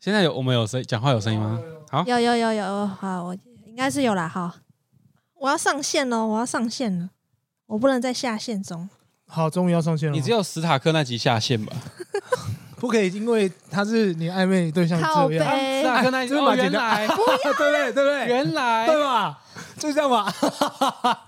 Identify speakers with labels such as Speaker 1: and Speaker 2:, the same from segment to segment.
Speaker 1: 现在有我们有声讲话有声音吗？
Speaker 2: 哦
Speaker 1: 好，
Speaker 3: 有有有有，好，我应该是有啦。好，我要上线喽，我要上线了，我不能再下线中。
Speaker 2: 好，终于要上线了。
Speaker 1: 你只有史塔克那集下线吧？
Speaker 2: 不可以，因为他是你暧昧对象
Speaker 3: 靠
Speaker 2: 哦
Speaker 3: 背，
Speaker 2: 这样，
Speaker 1: 史
Speaker 3: 哎
Speaker 1: 塔克那集
Speaker 2: 这
Speaker 1: 哦，
Speaker 2: 蛮
Speaker 1: 原
Speaker 2: 简
Speaker 1: 来
Speaker 2: 单， 对不对？对不对？
Speaker 1: 原来
Speaker 2: 对啊吧？就这样吧。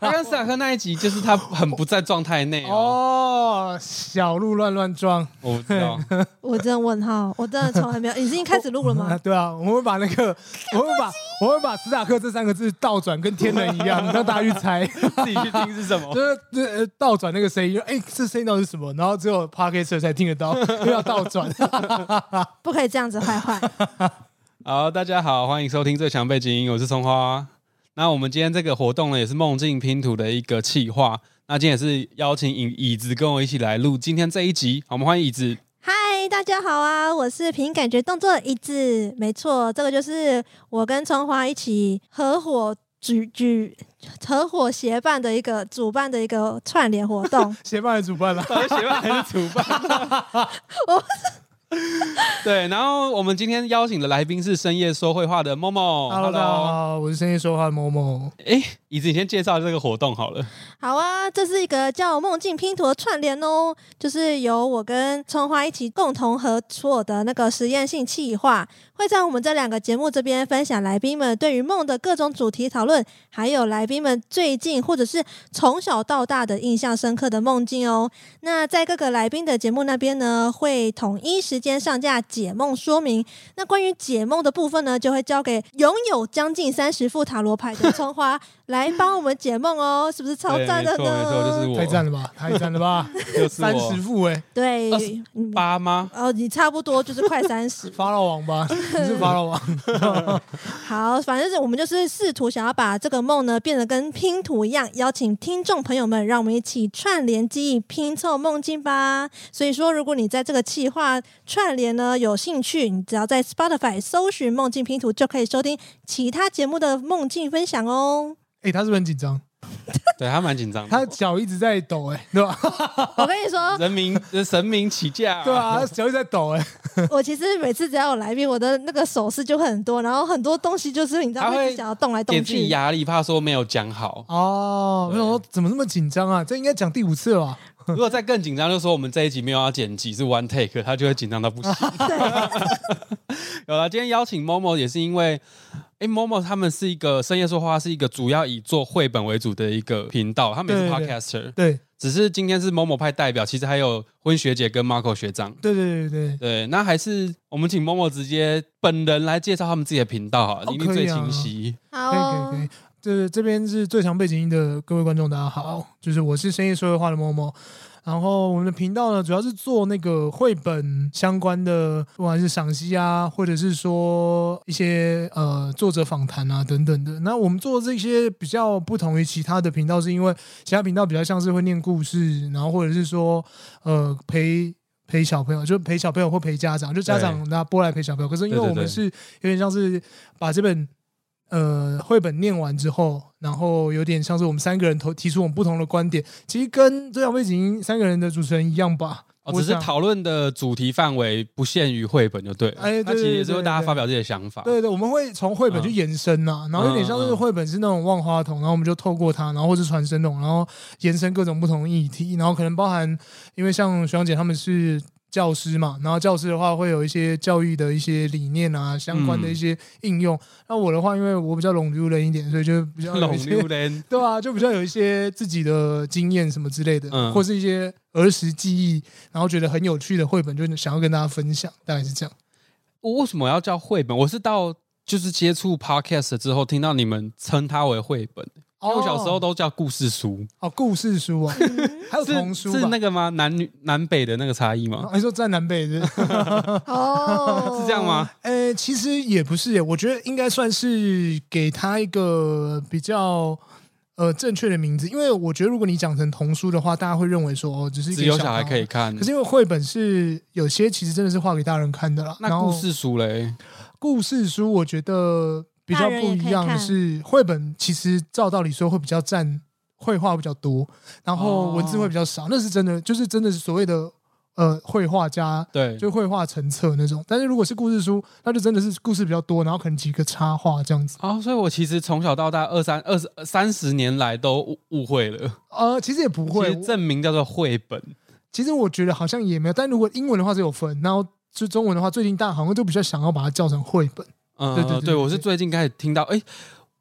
Speaker 1: 他跟史塔克那一集就是他很不在状态内哦，
Speaker 2: 哦，小鹿乱乱撞
Speaker 1: 我不知道，
Speaker 3: 我真的问号，我真的从来没有。你已经开始录了
Speaker 2: 啊！
Speaker 3: 吗？
Speaker 2: 对啊，我们把那 个，我们把我们把史塔克这三个字倒转，跟天人一 样，让大家去猜，
Speaker 1: 自己去听是什么？
Speaker 2: 就是呃倒转那个声音，就哎，这声音到底是什么？然后只有 p a r k e r 才听得 到，又要倒转。。
Speaker 3: 不可以这样子坏坏。
Speaker 1: 好，大家好，欢迎收听最强背景音，我是葱花。那我们今天这个活动呢，也是梦境拼图的一个企划。那今天也是邀请椅椅子跟我一起来录今天这一集，好我们欢迎椅子。
Speaker 3: 嗨，大家好啊！我是凭感觉动作一致，没错，这个就是我跟春花一起合伙举举合伙协办的一个主办的一个串联活动
Speaker 2: 协办的主办啦，
Speaker 1: 到底协办还是主办？对，然后我们今天邀请的来宾是深夜说会话的 Momo。
Speaker 2: Hello，大家哦好，我是深夜说话的某某。
Speaker 1: 哎，椅子，你先介绍这个活动好了。
Speaker 3: 好啊，这是一个叫梦境拼图的串联哦，就是由我跟春花一起共同合作的那个实验性企划，会在我们这两个节目这边分享来宾们对于梦的各种主题讨论，还有来宾们最近或者是从小到大的印象深刻的梦境哦。那在各个来宾的节目那边呢，会统一时间上架解梦说明。那关于解梦的部分呢，就会交给拥有将近三十副塔罗牌的春花 来帮我们解梦哦，是不是超
Speaker 1: 对
Speaker 3: 赞的
Speaker 1: 没错没错，就是
Speaker 3: 呢？
Speaker 1: 我，
Speaker 2: 太 赞了吧，太赞了 吧！
Speaker 1: 就是
Speaker 2: 三十
Speaker 1: 我
Speaker 2: 副哎，
Speaker 3: 对
Speaker 1: 二十，
Speaker 3: 嗯
Speaker 1: 八吗？
Speaker 3: 哦，你差不多就是快三 十
Speaker 2: 法老 王吧？你是法老王，
Speaker 3: 好，反正是我们就是试图想要把这个梦呢变得跟拼图一样，邀请听众朋友们，让我们一起串联记忆，拼凑梦境吧。所以说，如果你在这个企划串联呢有兴趣，你只要在 Spotify 搜寻“梦境拼图”，就可以收听其他节目的梦境分享哦。
Speaker 2: 哎，他是不是很紧张？
Speaker 1: 对他蛮紧张
Speaker 2: 他
Speaker 1: 的。
Speaker 2: 脚一直在抖哎，对吧？
Speaker 3: 我跟 你说，
Speaker 1: 人民呃神明起驾，
Speaker 2: 对啊，他脚一直在抖哎。
Speaker 3: 我其实每次只要有来宾，我的那个手势就会很多，然后很多东西就是你知道
Speaker 1: 他会
Speaker 3: 会一直想要动来
Speaker 1: 给
Speaker 3: 动
Speaker 1: 自己
Speaker 3: 去。
Speaker 1: 压力，怕说没有讲好。
Speaker 2: 哦，我想说怎么那么紧张啊？这应该讲第五次了吧？
Speaker 1: 如果再更紧张，就说我们这一集没有要剪辑，是 one take，他就会紧张到不 行。 有了，今天邀请 Momo 也是因为，哎、m o m o 他们是一个深夜说话，是一个主要以做绘本为主的一个频道，他们也是
Speaker 2: 对对对
Speaker 1: podcaster，
Speaker 2: 对
Speaker 1: 只是今天是 Momo 派代表，其实还有婚学姐跟 Marco 学长。
Speaker 2: 对对对对，
Speaker 1: 对，那还是我们请 Momo 直接本人来介绍他们自己的频道哈，
Speaker 2: 哦
Speaker 1: 一定
Speaker 2: 可
Speaker 1: 最
Speaker 2: 以啊
Speaker 1: 清晰。
Speaker 3: 好
Speaker 2: 可以
Speaker 3: 哦、
Speaker 2: 可以可以。这这边是最强背景音的各位观众，大家好，就是我是深夜说会话的某某。然后我们的频道呢，主要是做那个绘本相关的，不管是赏析啊，或者是说一些呃作者访谈啊等等的。那我们做这些比较不同于其他的频道，是因为其他频道比较像是会念故事，然后或者是说呃陪陪小朋友，就陪小朋友或陪家长，就家长拿波来陪小朋友。可是因为
Speaker 1: 对对
Speaker 2: 我们
Speaker 1: 对
Speaker 2: 是有点像是把这本呃绘本念完之后，然后有点像是我们三个人投提出我们不同的观点，其实跟这场背景三个人的主持人一样吧。
Speaker 1: 哦，
Speaker 2: 我
Speaker 1: 只是
Speaker 2: 想
Speaker 1: 讨论的主题范围不限于绘本就对了。
Speaker 2: 哎对
Speaker 1: 那其实也是
Speaker 2: 对
Speaker 1: 会
Speaker 2: 对
Speaker 1: 大家
Speaker 2: 对
Speaker 1: 发表自己的想法。
Speaker 2: 对对，我们会从绘本去延伸呐、然后有点像
Speaker 1: 啊嗯
Speaker 2: 是
Speaker 1: 嗯
Speaker 2: 绘本是那种万花筒，然后我们就透过它，然后或是传声筒，然后延伸各种不同的议题，然后可能包含，因为像学长姐他们是教师嘛，然后教师的话会有一些教育的一些理念啊，相关的一些应用。那我的话，因为我比较拢溜人一点，所以就比较有
Speaker 1: 龙
Speaker 2: 一些
Speaker 1: 溜人，
Speaker 2: 对啊，就比较有一些自己的经验什么之类的，
Speaker 1: 嗯
Speaker 2: 或是一些儿时记忆，然后觉得很有趣的绘本，就想要跟大家分享，大概是这样。
Speaker 1: 我为什么要叫绘本？我是到就是接触 podcast 之后，听到你们称它为绘本，因为我小时候
Speaker 2: 哦
Speaker 1: 都叫故事书，
Speaker 2: 哦，故事书哦， 还有童
Speaker 1: 是
Speaker 2: 书吧哦
Speaker 1: 是那个吗？南女南北的那个差异吗？
Speaker 2: 还说在南北是不 是？
Speaker 3: 哦，
Speaker 1: 是这样吗？
Speaker 2: 呃，其实也不是耶，我觉得应该算是给他一个比较呃正确的名字，因为我觉得如果你讲成童书的话，大家会认为说哦，只是一
Speaker 1: 只
Speaker 2: 个
Speaker 1: 有
Speaker 2: 小
Speaker 1: 小孩可以。看
Speaker 2: 可。是因为绘本是有些其实真的是画给大人看的啦，
Speaker 1: 那
Speaker 2: 然后
Speaker 1: 故事书嘞，
Speaker 2: 故事书，我觉得比较不一样的是，绘本其实照道理说会比较占绘画比较多，然后文字会比较少，那是真的，就是真的是所谓的呃绘画家，
Speaker 1: 对，
Speaker 2: 就绘画成册那种。但是如果是故事书，那就真的是故事比较多，然后可能几个插画这样子。
Speaker 1: 啊、所以我其实从小到大二三二十三十年来都误误会了，
Speaker 2: 呃，其实也不
Speaker 1: 其
Speaker 2: 会，
Speaker 1: 实
Speaker 2: 我
Speaker 1: 证明叫做绘本，
Speaker 2: 其实我觉得好像也没有。但如果英文的话是有分，然后就中文的话，最近大家好像就比较想要把它叫成绘本。
Speaker 1: 嗯，
Speaker 2: 对对对对
Speaker 1: 我是最近开始听到，哎、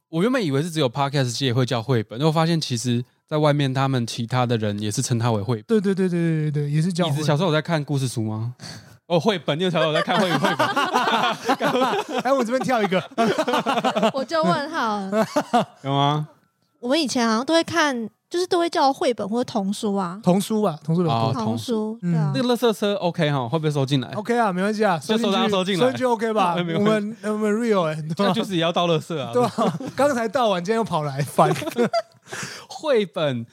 Speaker 1: 我原本以为是只有 podcast 界会叫绘本，但我发现其实在外面他们其他的人也是称它为绘本。
Speaker 2: 对对对对对对对，也是叫
Speaker 1: 你
Speaker 2: 绘
Speaker 1: 子小时候有在看故事书吗？ 哦，绘本，你有小时候有在看绘绘 本？
Speaker 2: 本。哎，我这边跳一个，
Speaker 3: 我就问号了。
Speaker 1: 有吗？
Speaker 3: 我以前好像都会看，就是都会叫绘本或童书啊，
Speaker 2: 童书吧，童书比较多
Speaker 1: 哦童
Speaker 3: 童书，
Speaker 2: 嗯
Speaker 3: 对啊
Speaker 1: 那。个垃圾车 OK 哈，会不会收进来？
Speaker 2: OK 啊，没关系啊，
Speaker 1: 哎就
Speaker 2: 进
Speaker 1: 收
Speaker 2: 去，
Speaker 1: 到收进来
Speaker 2: 所以就 OK 吧。
Speaker 1: 没
Speaker 2: 我
Speaker 1: 关
Speaker 2: 们我们 real 哎、对
Speaker 1: 那
Speaker 2: 吧？
Speaker 1: 就是也要倒垃圾啊。
Speaker 2: 对吧？刚才到晚，今天又跑来，烦。
Speaker 1: 绘本，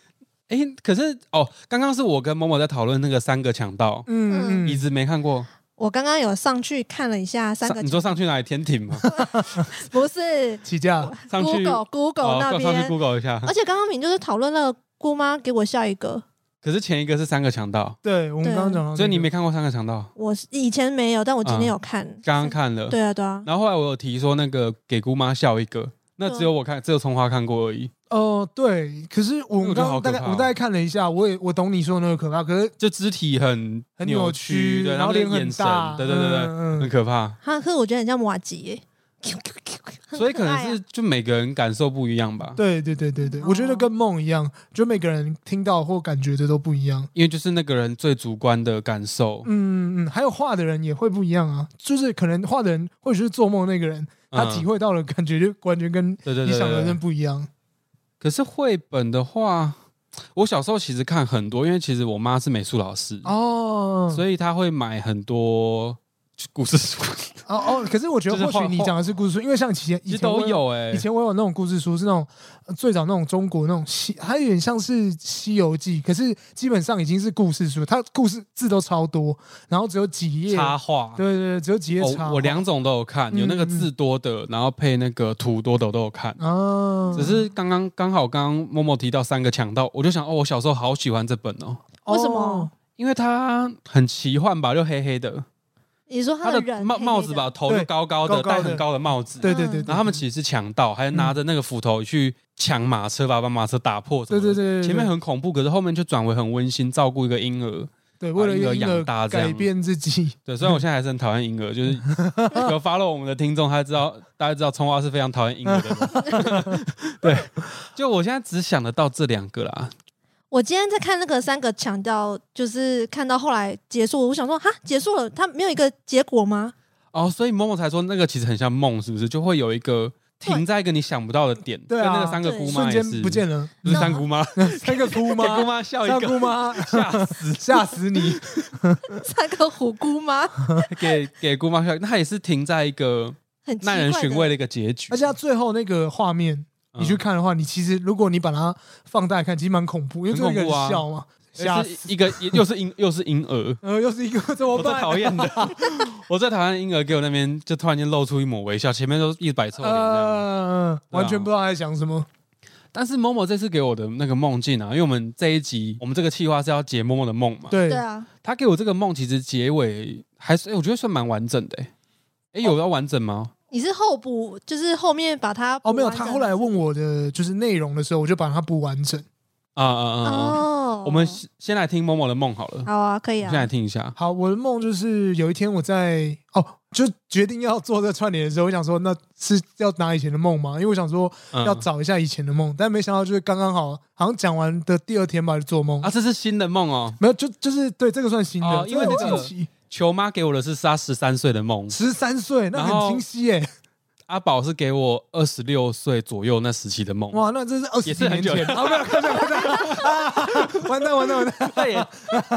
Speaker 1: 哎、可是哦，刚刚是我跟某某在讨论那个三个强盗，
Speaker 2: 嗯
Speaker 1: 椅
Speaker 2: 嗯，
Speaker 1: 子没看过。
Speaker 3: 我刚刚有上去看了一下三个
Speaker 1: 上你，说上去哪里天 庭吗？
Speaker 3: 不是
Speaker 2: 起价，
Speaker 1: 上去
Speaker 3: Google
Speaker 1: 哦
Speaker 3: Google 那
Speaker 1: 上去
Speaker 3: 边，
Speaker 1: Google 一下。
Speaker 3: 而且刚刚敏就是讨论了姑妈给我笑一个，
Speaker 1: 可是前一个是三个强盗，
Speaker 2: 对我们
Speaker 3: 对
Speaker 2: 刚刚讲到那个，
Speaker 1: 所以你没看过哦三个强盗，
Speaker 3: 我是以前没有，但我今天有看，
Speaker 1: 刚刚看了。
Speaker 3: 对啊对啊，
Speaker 1: 然后后来我有提说那个给姑妈笑一个，那只
Speaker 3: 嗯
Speaker 1: 有我看，只有葱花看过而已。
Speaker 2: 哦，对。可是我
Speaker 1: 我
Speaker 2: 们
Speaker 1: 觉得
Speaker 2: 刚
Speaker 1: 好
Speaker 2: 刚
Speaker 1: 可
Speaker 2: 大概
Speaker 1: 怕哦
Speaker 2: 我大概看了一下，我也我懂你说的那个可怕，可是
Speaker 1: 就肢体很
Speaker 2: 很
Speaker 1: 扭
Speaker 2: 扭曲，
Speaker 1: 对，
Speaker 2: 然后
Speaker 1: 那个
Speaker 2: 脸很
Speaker 1: 眼神
Speaker 2: 大，，
Speaker 1: 对对对对，
Speaker 2: 嗯
Speaker 1: 很
Speaker 2: 嗯
Speaker 1: 可怕。
Speaker 3: 哈，可是我觉得很像马吉耶，很
Speaker 1: 所以可
Speaker 3: 爱
Speaker 1: 能
Speaker 3: 啊
Speaker 1: 是就每个人感受不一样吧。
Speaker 2: 对对对对对，
Speaker 3: 哦
Speaker 2: 我觉得跟梦一样，就每个人听到或感觉的都不一样。
Speaker 1: 因为就是那个人最主观的感受，
Speaker 2: 嗯嗯，还有画的人也会不一样啊，就是可能画的人或者是做梦那个人，他
Speaker 1: 嗯
Speaker 2: 体会到了感觉就完全跟
Speaker 1: 对对
Speaker 2: 你
Speaker 1: 对
Speaker 2: 想的
Speaker 1: 对对
Speaker 2: 真不一样。
Speaker 1: 可是绘本的话，我小时候其实看很多，因为其实我妈是美术老师，
Speaker 2: 哦，
Speaker 1: 嗯所以她会买很多就故事书，
Speaker 2: 哦哦，可是我觉得
Speaker 1: 就是
Speaker 2: 或
Speaker 1: 画
Speaker 2: 许你讲的是故事书，因为像以前
Speaker 1: 其
Speaker 2: 以
Speaker 1: 实
Speaker 2: 前
Speaker 1: 都
Speaker 2: 我
Speaker 1: 有哎、
Speaker 2: 以前我有那种故事书，是那种呃最早那种中国那种西，它有点像是《西游记》，可是基本上已经是故事书，它故事字都超多，然后只有几页，
Speaker 1: 插画。
Speaker 2: 对对对，只有几页插
Speaker 1: 哦
Speaker 2: 画。嗯
Speaker 1: 我两种都有看，有那个字多的，然后配那个图多的我都有看。
Speaker 2: 啊，
Speaker 1: 只是刚刚刚好刚刚默默提到三个强盗，我就想哦，我小时候好喜欢这本哦，
Speaker 2: 哦
Speaker 3: 为什么？
Speaker 1: 因为它很奇幻吧，就黑黑的，
Speaker 3: 你说
Speaker 1: 它
Speaker 3: 他
Speaker 1: 的
Speaker 3: 人
Speaker 1: 帽
Speaker 3: 黑黑
Speaker 1: 帽子
Speaker 3: 的，
Speaker 1: 吧，头就
Speaker 2: 对
Speaker 1: 高高的，
Speaker 2: 高高
Speaker 1: 戴
Speaker 2: 的
Speaker 1: 很高的帽子，
Speaker 2: 对对对，对
Speaker 1: 然后他们其实是强盗，还拿着那个斧头去抢马车，把把马车打破什么
Speaker 2: 对
Speaker 1: 的。
Speaker 2: 对对对，对
Speaker 1: 前面很恐怖，可是后面就转为很温馨，照顾一个婴儿。
Speaker 2: 对，为了一
Speaker 1: 把
Speaker 2: 个
Speaker 1: 婴
Speaker 2: 婴
Speaker 1: 儿养大
Speaker 2: 儿
Speaker 1: 这样
Speaker 2: 改变自己，
Speaker 1: 对，虽然我现在还是很讨厌婴儿， 就是有 follow 我们的听众，他知道大家知道葱花是非常讨厌婴儿的人。 对，就我现在只想得到这两个啦。
Speaker 3: 我今天在看那个三个强调，就是看到后来结束，我想说哈，结束了，他没有一个结果吗？
Speaker 1: 哦，所以某某才说那个其实很像梦，是不是？就会有一个停在一个你想不到的点。
Speaker 2: 对啊
Speaker 1: 跟那个三个
Speaker 3: 对
Speaker 1: 姑妈
Speaker 2: 瞬
Speaker 1: 也
Speaker 2: 间
Speaker 1: 是
Speaker 2: 不，见了，
Speaker 1: 不是三姑妈，
Speaker 2: 三个姑
Speaker 1: 给姑
Speaker 2: 妈，
Speaker 1: 妈笑一
Speaker 2: 三个
Speaker 1: 个，
Speaker 2: 姑妈
Speaker 1: 吓死。
Speaker 2: 吓死你，
Speaker 3: 三个虎姑妈，
Speaker 1: 给给姑妈笑，那她也是停在一个
Speaker 3: 很奇怪
Speaker 1: 耐
Speaker 3: 的
Speaker 1: 人寻味的一个结局。
Speaker 2: 而且他最后那个画面。
Speaker 1: 嗯
Speaker 2: 你去看的话，你其实如果你把它放大看，其实蛮恐怖，因为
Speaker 1: 很
Speaker 2: 这个
Speaker 1: 恐怖啊
Speaker 2: 人笑嘛，吓
Speaker 1: 也
Speaker 2: 死
Speaker 1: 是一个也又是婴又是婴儿，
Speaker 2: 呃，又是一个怎么
Speaker 1: 我最
Speaker 2: 办？
Speaker 1: 讨厌的， 我最讨厌婴儿给我那边就突然间露出一抹微笑，前面都一摆臭脸这样。
Speaker 2: 呃，完全不知道他在想什么。
Speaker 1: 但是某某这次给我的那个梦境啊，因为我们这一集我们这个计划是要解某某的梦嘛，
Speaker 2: 对
Speaker 3: 对，啊，
Speaker 1: 他给我这个梦其实结尾还是、诶哎我觉得算蛮完整的、欸，哎、
Speaker 2: 哦
Speaker 1: 有要完整吗？
Speaker 3: 你是后补，就是后面把它
Speaker 2: 哦，没有，
Speaker 3: 补完
Speaker 2: 他
Speaker 3: 整
Speaker 2: 后来问我的就是内容的时候，我就把它补完整。
Speaker 1: 啊啊啊！啊
Speaker 3: 哦，
Speaker 1: 我们先先来听某某的梦好了，
Speaker 3: 好啊，可
Speaker 1: 我
Speaker 3: 以
Speaker 1: 们
Speaker 3: 啊
Speaker 1: 先，来听一下。
Speaker 2: 好，我的梦就是有一天我在哦，就决定要做这个串联的时候，我想说那是要拿以前的梦吗？因为我想说
Speaker 1: 嗯
Speaker 2: 要找一下以前的梦，但没想到就是刚刚好，好像讲完的第二天吧就做梦
Speaker 1: 啊，。这是新的梦哦。
Speaker 2: 没有，就就是对这个算新
Speaker 1: 哦
Speaker 2: 的，
Speaker 1: 因为那个
Speaker 2: 十
Speaker 1: 球妈给我的是她十三岁的梦，
Speaker 2: 三岁，那
Speaker 1: 然后
Speaker 2: 很清晰 耶！
Speaker 1: 阿宝是给我二十六岁左右那时期的梦。
Speaker 2: 哇，那这是二
Speaker 1: 也是
Speaker 2: 十几
Speaker 1: 很
Speaker 2: 年
Speaker 1: 久
Speaker 2: 前， 啊，没有，看到看到， 完蛋完蛋完蛋
Speaker 1: 那 也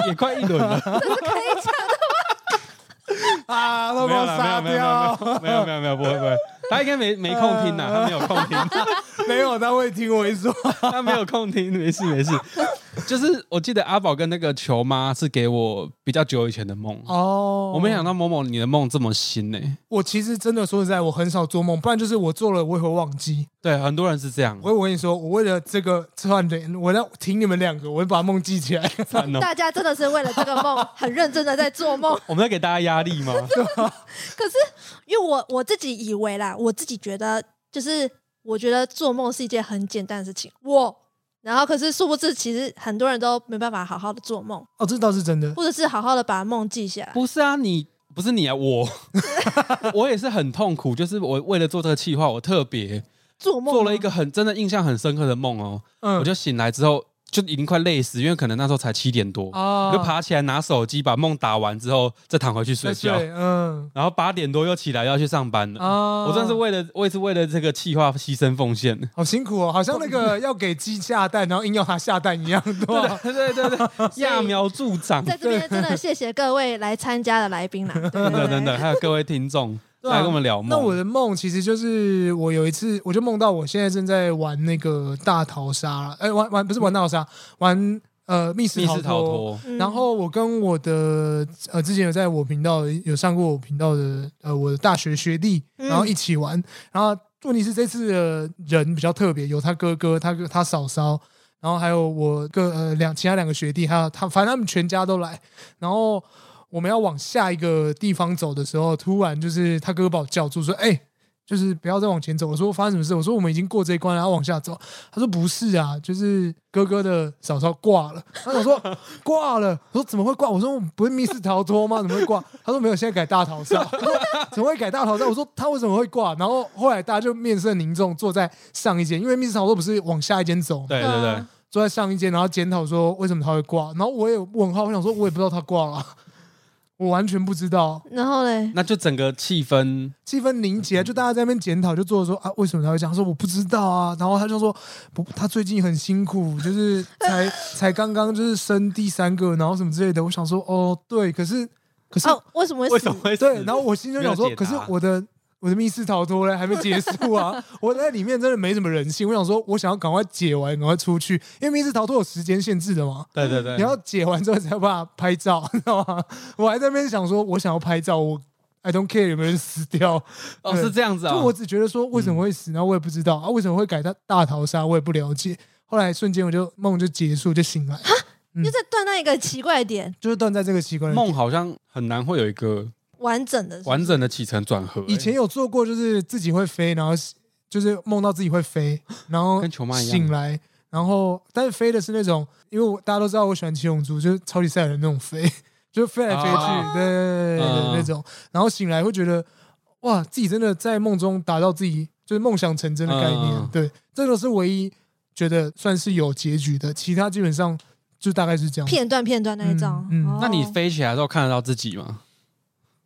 Speaker 1: 也快一轮了，
Speaker 2: 啊！都 把我杀掉。
Speaker 1: 没有没有没有没有没有没有不会不会，他应该没没空听呐，他没有空听，
Speaker 2: 没有，他会听我一说。
Speaker 1: 他没有空听，没事没事。就是我记得阿宝跟那个球妈是给我比较久以前的梦，
Speaker 2: 哦，
Speaker 1: 我没想到某某你的梦这么新呢、
Speaker 2: 我其实真的说实在，我很少做梦，不然就是我做了我也会忘记。
Speaker 1: 对，很多人是这样，
Speaker 2: 我我跟你说，我为了这个串联，我要挺你们两个，我会把梦记起 来。
Speaker 1: 惨哦
Speaker 3: 大家真的是为了这个梦很认真的在做梦。
Speaker 1: 我们要给大家压力吗？
Speaker 3: 可是因为我我自己以为啦，我自己觉得就是我觉得做梦是一件很简单的事情，我。然后可是殊不知，其实很多人都没办法好好的做梦，
Speaker 2: 哦，这倒是真的。
Speaker 3: 或者是好好的把梦记下来。
Speaker 1: 不是啊，你不是你啊，我我也是很痛苦，就是我为了做这个企划，我特别
Speaker 3: 做梦
Speaker 1: 做
Speaker 3: 吗
Speaker 1: 了一个很真的印象很深刻的梦哦，
Speaker 2: 嗯，
Speaker 1: 我就醒来之后就已经快累死，因为可能那时候才七点多，
Speaker 2: 啊
Speaker 1: 我就爬起来拿手机把梦打完之后再躺回去睡
Speaker 2: 对
Speaker 1: 觉，
Speaker 2: 嗯
Speaker 1: 然后八点多又起来要去上班了。
Speaker 2: 啊，
Speaker 1: 我真的是为了，我也是为了这个企划牺牲奉献的。
Speaker 2: 好辛苦哦，好像那个要给鸡下蛋，然后硬要它下蛋一样，对吧？
Speaker 1: 对对 对对，揠苗助长，
Speaker 3: 在这边真的谢谢各位来参加的来宾啦，对
Speaker 1: 等
Speaker 3: 对
Speaker 1: 等
Speaker 3: 对
Speaker 1: 等等，还有各位听众
Speaker 2: 对啊
Speaker 1: 来跟我们聊梦。
Speaker 2: 那我的梦其实就是我有一次，我就梦到我现在正在玩那个大逃杀了，哎、玩玩不是玩大逃杀，玩呃密室
Speaker 1: 密
Speaker 2: 逃
Speaker 1: 室逃
Speaker 2: 脱。
Speaker 1: 脱，
Speaker 3: 嗯
Speaker 2: 然后我跟我的呃，之前有在我频道有上过我频道的呃我的大学学弟，
Speaker 3: 嗯
Speaker 2: 然后一起玩。然后问题是这次的人比较特别，有他哥哥、他哥、他嫂嫂，然后还有我个呃两其他两个学弟，还有他，反正他们全家都来。然后我们要往下一个地方走的时候，突然就是他哥哥把我叫住说：“哎、就是不要再往前走。”我说：“发生什么事？”我说：“我们已经过这一关了，然后往下走。”他说：“不是啊，就是哥哥的嫂嫂挂了。”他想说：“挂了。”我说：“怎么会挂？”我说：“我们不是密室逃脱吗？怎么会挂？”他说：“没有，现在改大逃杀。”我说：“怎么会改大逃杀？”我说：“他为什么会挂？”然后后来大家就面色凝重，坐在上一间，因为密室逃脱不是往下一间走吗？
Speaker 1: 对对对啊
Speaker 3: 嗯，
Speaker 2: 坐在上一间，然后检讨说为什么他会挂，然后我也问号，我想说我也不知道他挂了， 我完全不知道，
Speaker 3: 然后嘞，
Speaker 1: 那就整个气氛
Speaker 2: 气氛凝
Speaker 1: 嗯
Speaker 2: 结，就大家在那边检讨，就做说啊为什么他会这样，他说我不知道啊，然后他就说不，他最近很辛苦，就是才才刚刚就是生第三个，然后什么之类的，我想说哦对，可是可是、
Speaker 3: 哦，为什么会
Speaker 1: 为
Speaker 3: 死
Speaker 1: 什么？会死
Speaker 2: 对，然后我心中想说
Speaker 1: 嗯没，有
Speaker 2: 可
Speaker 1: 解
Speaker 2: 是
Speaker 1: 答
Speaker 2: 我的。我的密室逃脱嘞还没结 束啊！我在里面真的没什么人性，我想说，我想要赶快解完，赶快出去，因为密室逃脱有时间限制的嘛。
Speaker 1: 对对对，
Speaker 2: 你要解完之后才有办法拍照， 你知道吗？我还在那边想说，我想要拍照，我 I don't care 有没有人死掉，
Speaker 1: 哦
Speaker 2: 对
Speaker 1: 是这样子啊
Speaker 2: 就，我只觉得说为什么会死，然后我也不知道啊，为什么会改大大逃杀，我也不了解。后来瞬间我就梦就结束，就醒来，嗯
Speaker 3: 就在断在一个奇怪的点，
Speaker 2: 就是断在这个奇怪的
Speaker 1: 梦好像很难会有一个
Speaker 3: 完整的是不是
Speaker 1: 完整的起承转合。欸
Speaker 2: 以前有做过，就是自己会飞，然后就是梦到自己会飞，然后
Speaker 1: 跟球妈一样
Speaker 2: 醒来，然后但是飞的是那种，因为我大家都知道我喜欢七龙珠，就是超级赛亚人那种飞，就飞来飞去，
Speaker 1: 啊
Speaker 2: 对对对对对
Speaker 1: 嗯
Speaker 2: 那种，然后醒来会觉得哇，自己真的在梦中达到自己就是梦想成真的概念，
Speaker 1: 嗯
Speaker 2: 对，这个是唯一觉得算是有结局的，其他基本上就大概是这样。
Speaker 3: 片段片段那一种。
Speaker 2: 嗯嗯
Speaker 3: 哦
Speaker 1: 那你飞起来的时候看得到自己吗？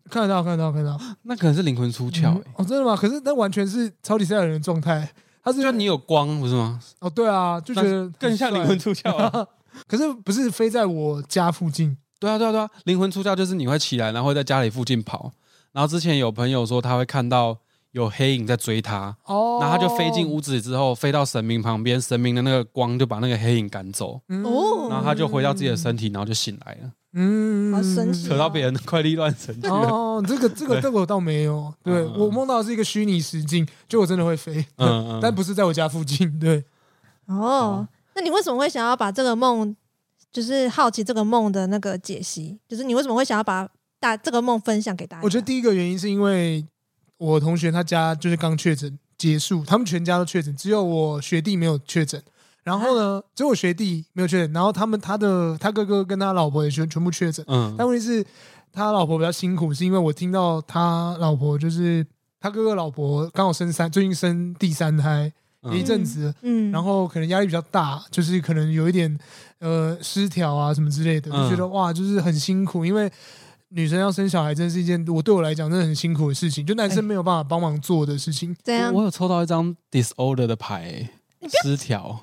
Speaker 2: 看得到，看得到，看得到。
Speaker 1: 那可能是灵魂出窍欸，
Speaker 2: 哦，真的吗？可是那完全是超级赛亚人的状态，他是
Speaker 1: 就你有光不是吗？
Speaker 2: 哦，对啊，就觉得
Speaker 1: 更像灵魂出窍啊。
Speaker 2: 可是不是飞在我家附近
Speaker 1: 对啊对啊对啊，灵魂出窍就是你会起来，然后会在家里附近跑。然后之前有朋友说他会看到有黑影在追他，
Speaker 2: 哦
Speaker 1: 然后他就飞进屋子里之后，飞到神明旁边，神明的那个光就把那个黑影赶走，
Speaker 2: 嗯
Speaker 3: 哦
Speaker 1: 然后他就回到自己的身体，然后就醒来了，
Speaker 2: 嗯
Speaker 3: 好神奇
Speaker 1: 扯到别人的快力乱神去了。
Speaker 2: 哦，这个这个这个我倒没有，对
Speaker 1: 嗯
Speaker 2: 我梦到的是一个虚拟实境，就我真的会飞，对
Speaker 1: 嗯嗯，
Speaker 2: 但不是在我家附近，
Speaker 3: 哎
Speaker 2: 对，
Speaker 3: 哦，那你为什么会想要把这个梦，就是好奇这个梦的那个解析？就是你为什么会想要把大这个梦分享给大家？
Speaker 2: 我觉得第一个原因是因为我同学他家就是刚确诊结束，他们全家都确诊，只有我学弟没有确诊。然后呢，只有我学弟没有确诊，然后他们他的他哥哥跟他老婆也全全部确诊，
Speaker 1: 嗯，
Speaker 2: 但问题是，他老婆比较辛苦，是因为我听到他老婆就是他哥哥老婆刚好生三，最近生第三胎，
Speaker 1: 嗯
Speaker 2: 一阵子了，
Speaker 3: 嗯，
Speaker 2: 然后可能压力比较大，就是可能有一点呃失调啊什么之类的，就
Speaker 1: 嗯
Speaker 2: 觉得哇，就是很辛苦，因为。女生要生小孩，真是一件我对我来讲真的很辛苦的事情，就男生没有办法帮忙做的事情。
Speaker 3: 怎样
Speaker 1: 我？有抽到一张 disorder 的牌、欸，失调。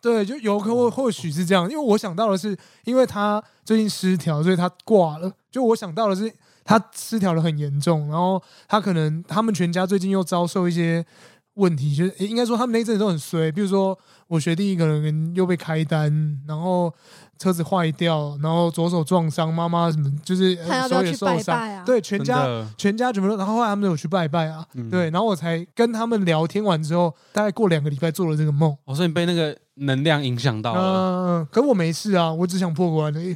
Speaker 2: 对，就有
Speaker 1: 哦
Speaker 2: 可或或许是这样，因为我想到的是，因为他最近失调，所以他挂了。就我想到的是，他失调的很严重，然后他可能他们全家最近又遭受一些问题，就是诶应该说他们那一阵子都很衰。比如说我学弟可能又被开单，然后车子坏掉，然后左手撞伤，妈妈什么就是
Speaker 3: 看
Speaker 2: 呃
Speaker 3: 要不
Speaker 2: 手
Speaker 3: 要
Speaker 2: 也
Speaker 3: 去
Speaker 2: 受
Speaker 3: 拜
Speaker 2: 伤，
Speaker 3: 拜啊？
Speaker 2: 对，全
Speaker 1: 真
Speaker 2: 家
Speaker 1: 的，
Speaker 2: 全家全部都，然后后来他们有去拜拜啊，
Speaker 1: 嗯
Speaker 2: 对，然后我才跟他们聊天完之后，大概过两个礼拜做了这个梦。
Speaker 1: 我说哦你被那个能量影响到
Speaker 2: 嗯、
Speaker 1: 了。
Speaker 2: 可我没事啊，我只想破关而已。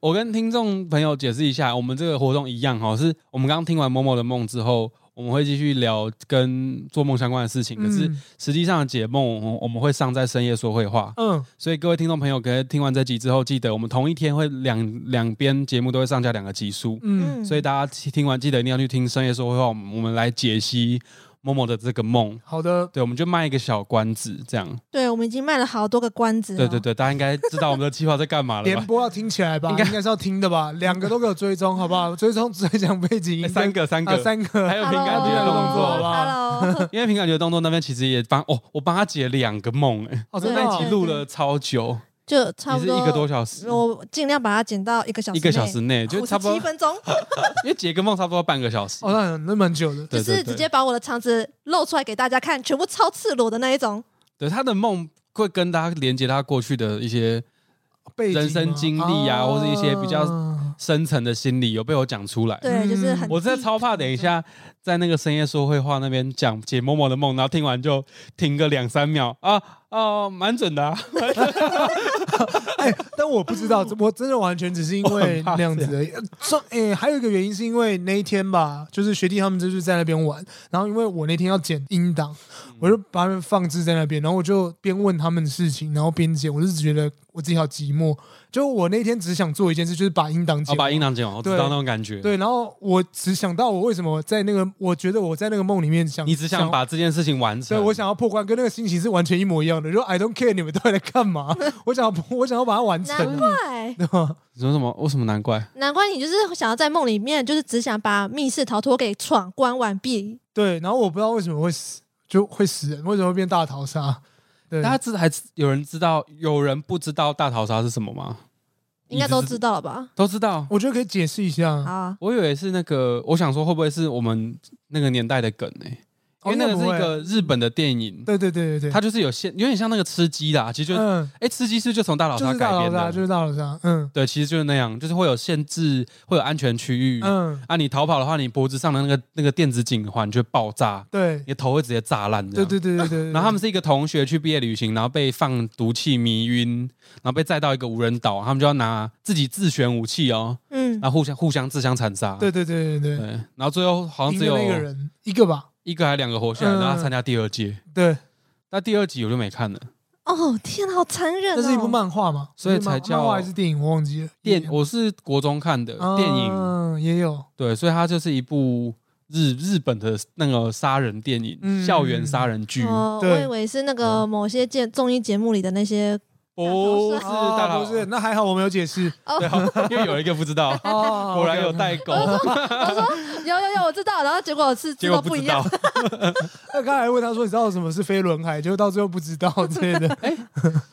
Speaker 1: 我跟听众朋友解释一下，我们这个活动一样哈，是我们刚刚听完某某的梦之后，我们会继续聊跟做梦相关的事情。可是
Speaker 2: 嗯
Speaker 1: 实际上的解梦，我我们会上在深夜说会话，
Speaker 2: 嗯，
Speaker 1: 所以各位听众朋友，可以听完这集之后，记得我们同一天会两两边节目都会上架两个集数，
Speaker 2: 嗯，
Speaker 1: 所以大家听完记得一定要去听深夜说会话，我们我们来解析某某的这个梦。
Speaker 2: 好的，
Speaker 1: 对，我们就卖一个小关子，这样。
Speaker 3: 对，我们已经卖了好多个关子、
Speaker 2: 哦
Speaker 1: 对对，对，大家应该知道我们的计划在干嘛了
Speaker 2: 联
Speaker 1: 吧？
Speaker 2: 播要听起来吧，
Speaker 1: 应
Speaker 2: 应
Speaker 1: 该
Speaker 2: 该是要听的吧，两个都给我追踪，好不 好？追踪只讲背景音
Speaker 1: 哎
Speaker 2: 跟，
Speaker 1: 三个，哎三
Speaker 2: 啊，
Speaker 1: 个，
Speaker 2: 三个，
Speaker 1: 还有
Speaker 3: Hello，
Speaker 1: 凭感觉的动作，好不好？
Speaker 3: Hello，
Speaker 1: 因为凭感觉的动作那边其实也帮哦，我帮他解两个梦，哎，
Speaker 2: 哦，真的
Speaker 3: 对
Speaker 1: 一
Speaker 2: 哦
Speaker 1: 起录了超久，
Speaker 3: 就差
Speaker 1: 也
Speaker 3: 不
Speaker 1: 是
Speaker 3: 多
Speaker 1: 一个多小时，
Speaker 3: 我尽量把它剪到一个小时，
Speaker 1: 一个小时，内就差不多
Speaker 3: 七，分钟，
Speaker 1: 因为解个梦差不多半个小时
Speaker 2: 哦，。那那蛮久的，
Speaker 3: 就
Speaker 1: 对
Speaker 3: 是
Speaker 1: 对
Speaker 3: 直
Speaker 1: 对
Speaker 3: 接把我的肠子露出来给大家看，全部超赤裸的那一种。
Speaker 1: 对，他的梦会跟大家连接他过去的一些
Speaker 2: 背景哦吗
Speaker 1: 人生经历啊或是一些比较
Speaker 2: 啊
Speaker 1: 深层的心理，有被我讲出来。
Speaker 3: 对，就是很
Speaker 1: 嗯我真的
Speaker 3: 地
Speaker 1: 超怕，等一下在那个深夜说会话那边讲解某某的梦，然后听完就停个两三秒啊，哦，蛮准的、啊，
Speaker 2: 哎，但我不知道，我真的完全只是因为那样子而已。呃这哎，还有一个原因是因为那一天吧，就是学弟他们就是在那边玩，然后因为我那天要剪音档，我就把他们放置在那边，然后我就边问他们事情，然后边剪，我就只觉得我自己好寂寞。就我那天只想做一件事，就是把音档
Speaker 1: 我
Speaker 2: 剪完。
Speaker 1: 哦把音量剪完，我知
Speaker 2: 对
Speaker 1: 道那种感觉。，
Speaker 2: 对，然后我只想到我为什么在那个，我觉得我在那个梦里面想，
Speaker 1: 你只想把这件事情完
Speaker 2: 对
Speaker 1: 成。
Speaker 2: 我想要破关，跟那个心情是完全一模一样的。就 I don't care 你们到底在干嘛， 我想要我想要把它完
Speaker 3: 难
Speaker 2: 成，啊
Speaker 3: 怪，
Speaker 2: 对吧？
Speaker 1: 你说什么？为什么难怪？
Speaker 3: 难怪你就是想要在梦里面，就是只想把密室逃脱给闯关完毕。
Speaker 2: 对，然后我不知道为什么会死，就会死人，为什么会变大逃杀？对，
Speaker 1: 大家知还知有人知道，有人不知道大逃杀是什么吗？
Speaker 3: 应该都
Speaker 1: 你只
Speaker 3: 知
Speaker 1: 是
Speaker 3: 道了吧？
Speaker 1: 都知道。
Speaker 2: 我觉得可以解释一下，
Speaker 3: 好啊，
Speaker 1: 我以为是那个，我想说会不会是我们那个年代的梗呢、因
Speaker 2: 哦
Speaker 1: 为那个
Speaker 2: 应
Speaker 1: 是
Speaker 2: 该
Speaker 1: 一
Speaker 2: 不会
Speaker 1: 个日本的电影，
Speaker 2: 对对对对对，
Speaker 1: 它就是有现有点像那个吃鸡啦，其实就是
Speaker 2: 嗯，
Speaker 1: 哎、吃鸡是就从大逃
Speaker 2: 就
Speaker 1: 杀
Speaker 2: 是大
Speaker 1: 改
Speaker 2: 逃
Speaker 1: 编
Speaker 2: 杀，
Speaker 1: 的，
Speaker 2: 就是大逃杀，嗯
Speaker 1: 对，其实就是那样，就是会有限制，会有安全区域。
Speaker 2: 嗯，
Speaker 1: 啊，你逃跑的话，你脖子上的那个那个电子颈环就会爆炸，
Speaker 2: 对
Speaker 1: 你的头会直接炸烂这
Speaker 2: 对
Speaker 1: 样。
Speaker 2: 对对对对。
Speaker 1: 然后他们是一个同学去毕业旅行，然后被放毒气迷晕，然后被载到一个无人岛，他们就要拿自己自选武器哦，
Speaker 3: 嗯，
Speaker 1: 然后互相互相自相残杀。
Speaker 2: 对对对对
Speaker 1: 对
Speaker 2: 对，
Speaker 1: 然后最后好像
Speaker 2: 赢
Speaker 1: 只嗯
Speaker 2: 的
Speaker 1: 有
Speaker 2: 那个人一个吧，
Speaker 1: 一个还两个活下来，然后他参加第二届。
Speaker 2: 对，
Speaker 1: 那第二集我就没看了，
Speaker 3: 哦，天啊，好残忍哦！
Speaker 2: 那是一部漫画嘛，
Speaker 1: 所以
Speaker 2: 是漫
Speaker 1: 才叫
Speaker 2: 漫画还是电影，我忘记了。
Speaker 1: 电我是国中看的
Speaker 2: 啊
Speaker 1: 电影，
Speaker 2: 也有，
Speaker 1: 对，所以它就是一部日日本的那个杀人电影，
Speaker 2: 嗯
Speaker 1: 校园杀人剧，
Speaker 3: 哦，我
Speaker 2: 对
Speaker 3: 以为是那
Speaker 1: 嗯
Speaker 3: 个某些节综艺节目里的那些
Speaker 1: 不是
Speaker 2: 哦
Speaker 1: 大佬
Speaker 2: 不，是，那还好我没有 解释
Speaker 1: 对，好因为有一个不知道，
Speaker 2: 哦
Speaker 1: 果然有代沟，
Speaker 3: 有有有，我知道。然后结果是知
Speaker 1: 结
Speaker 3: 道
Speaker 1: 果
Speaker 3: 不
Speaker 1: 不
Speaker 3: 一
Speaker 1: 知
Speaker 3: 样
Speaker 1: 道。。
Speaker 2: 那刚才问他说，你知道什么是飞轮海，结果到最后不知道 之类的。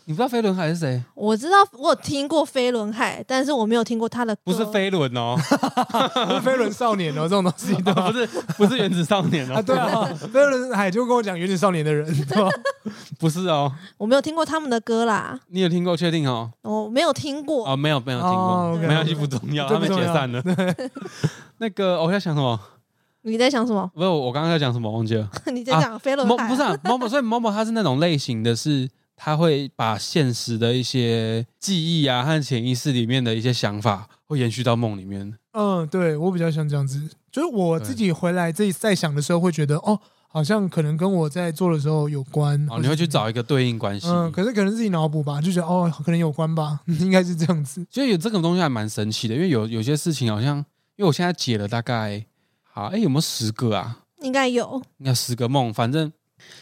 Speaker 1: 你不知道飞轮海是谁？
Speaker 3: 我知道我有听过飞轮海，但是我没有听过他
Speaker 2: 啊
Speaker 3: 的歌。
Speaker 1: 不是飞轮 哦，
Speaker 2: 不是飞轮少年哦，这种东西对吧
Speaker 1: 不？是不是原子少年
Speaker 2: 啊，
Speaker 1: 哦，
Speaker 2: 对啊，飞轮海就跟我讲原始少年的人，对吧？
Speaker 1: 不是哦，
Speaker 3: 我没有听过他们的歌啦，
Speaker 1: 你有听过？确定哦？
Speaker 3: 我没有听过。
Speaker 1: 哦，没有没有听
Speaker 2: 哦
Speaker 1: 过，
Speaker 2: ，OK，
Speaker 1: 没关系，不重要，
Speaker 2: 这
Speaker 1: 他
Speaker 2: 不
Speaker 1: 们
Speaker 2: 重
Speaker 1: 解
Speaker 2: 要
Speaker 1: 散了。 那个我在想什么？
Speaker 3: 你在想什么？
Speaker 1: 不是我刚刚在讲什么，忘记了。
Speaker 3: 你在讲飞轮
Speaker 1: 某
Speaker 3: 海啊？
Speaker 1: 不是啊，某某，所以某某它是那种类型的是，它会把现实的一些记忆啊和潜意识里面的一些想法，会延续到梦里面。
Speaker 2: 嗯，对我比较像这样子，就是我自己回来自己再想的时候，会觉得哦，好像可能跟我在做的时候有关。
Speaker 1: 哦，你会去找一个对应关系。
Speaker 2: 嗯，可是可能自己脑补吧，就觉得哦，可能有关吧，应该是这样子。
Speaker 1: 所以有这种东西还蛮神奇的，因为有有些事情好像，因为我现在解了大概，好，哎、有没有十个啊？
Speaker 3: 应该有。
Speaker 1: 应该十个梦，反正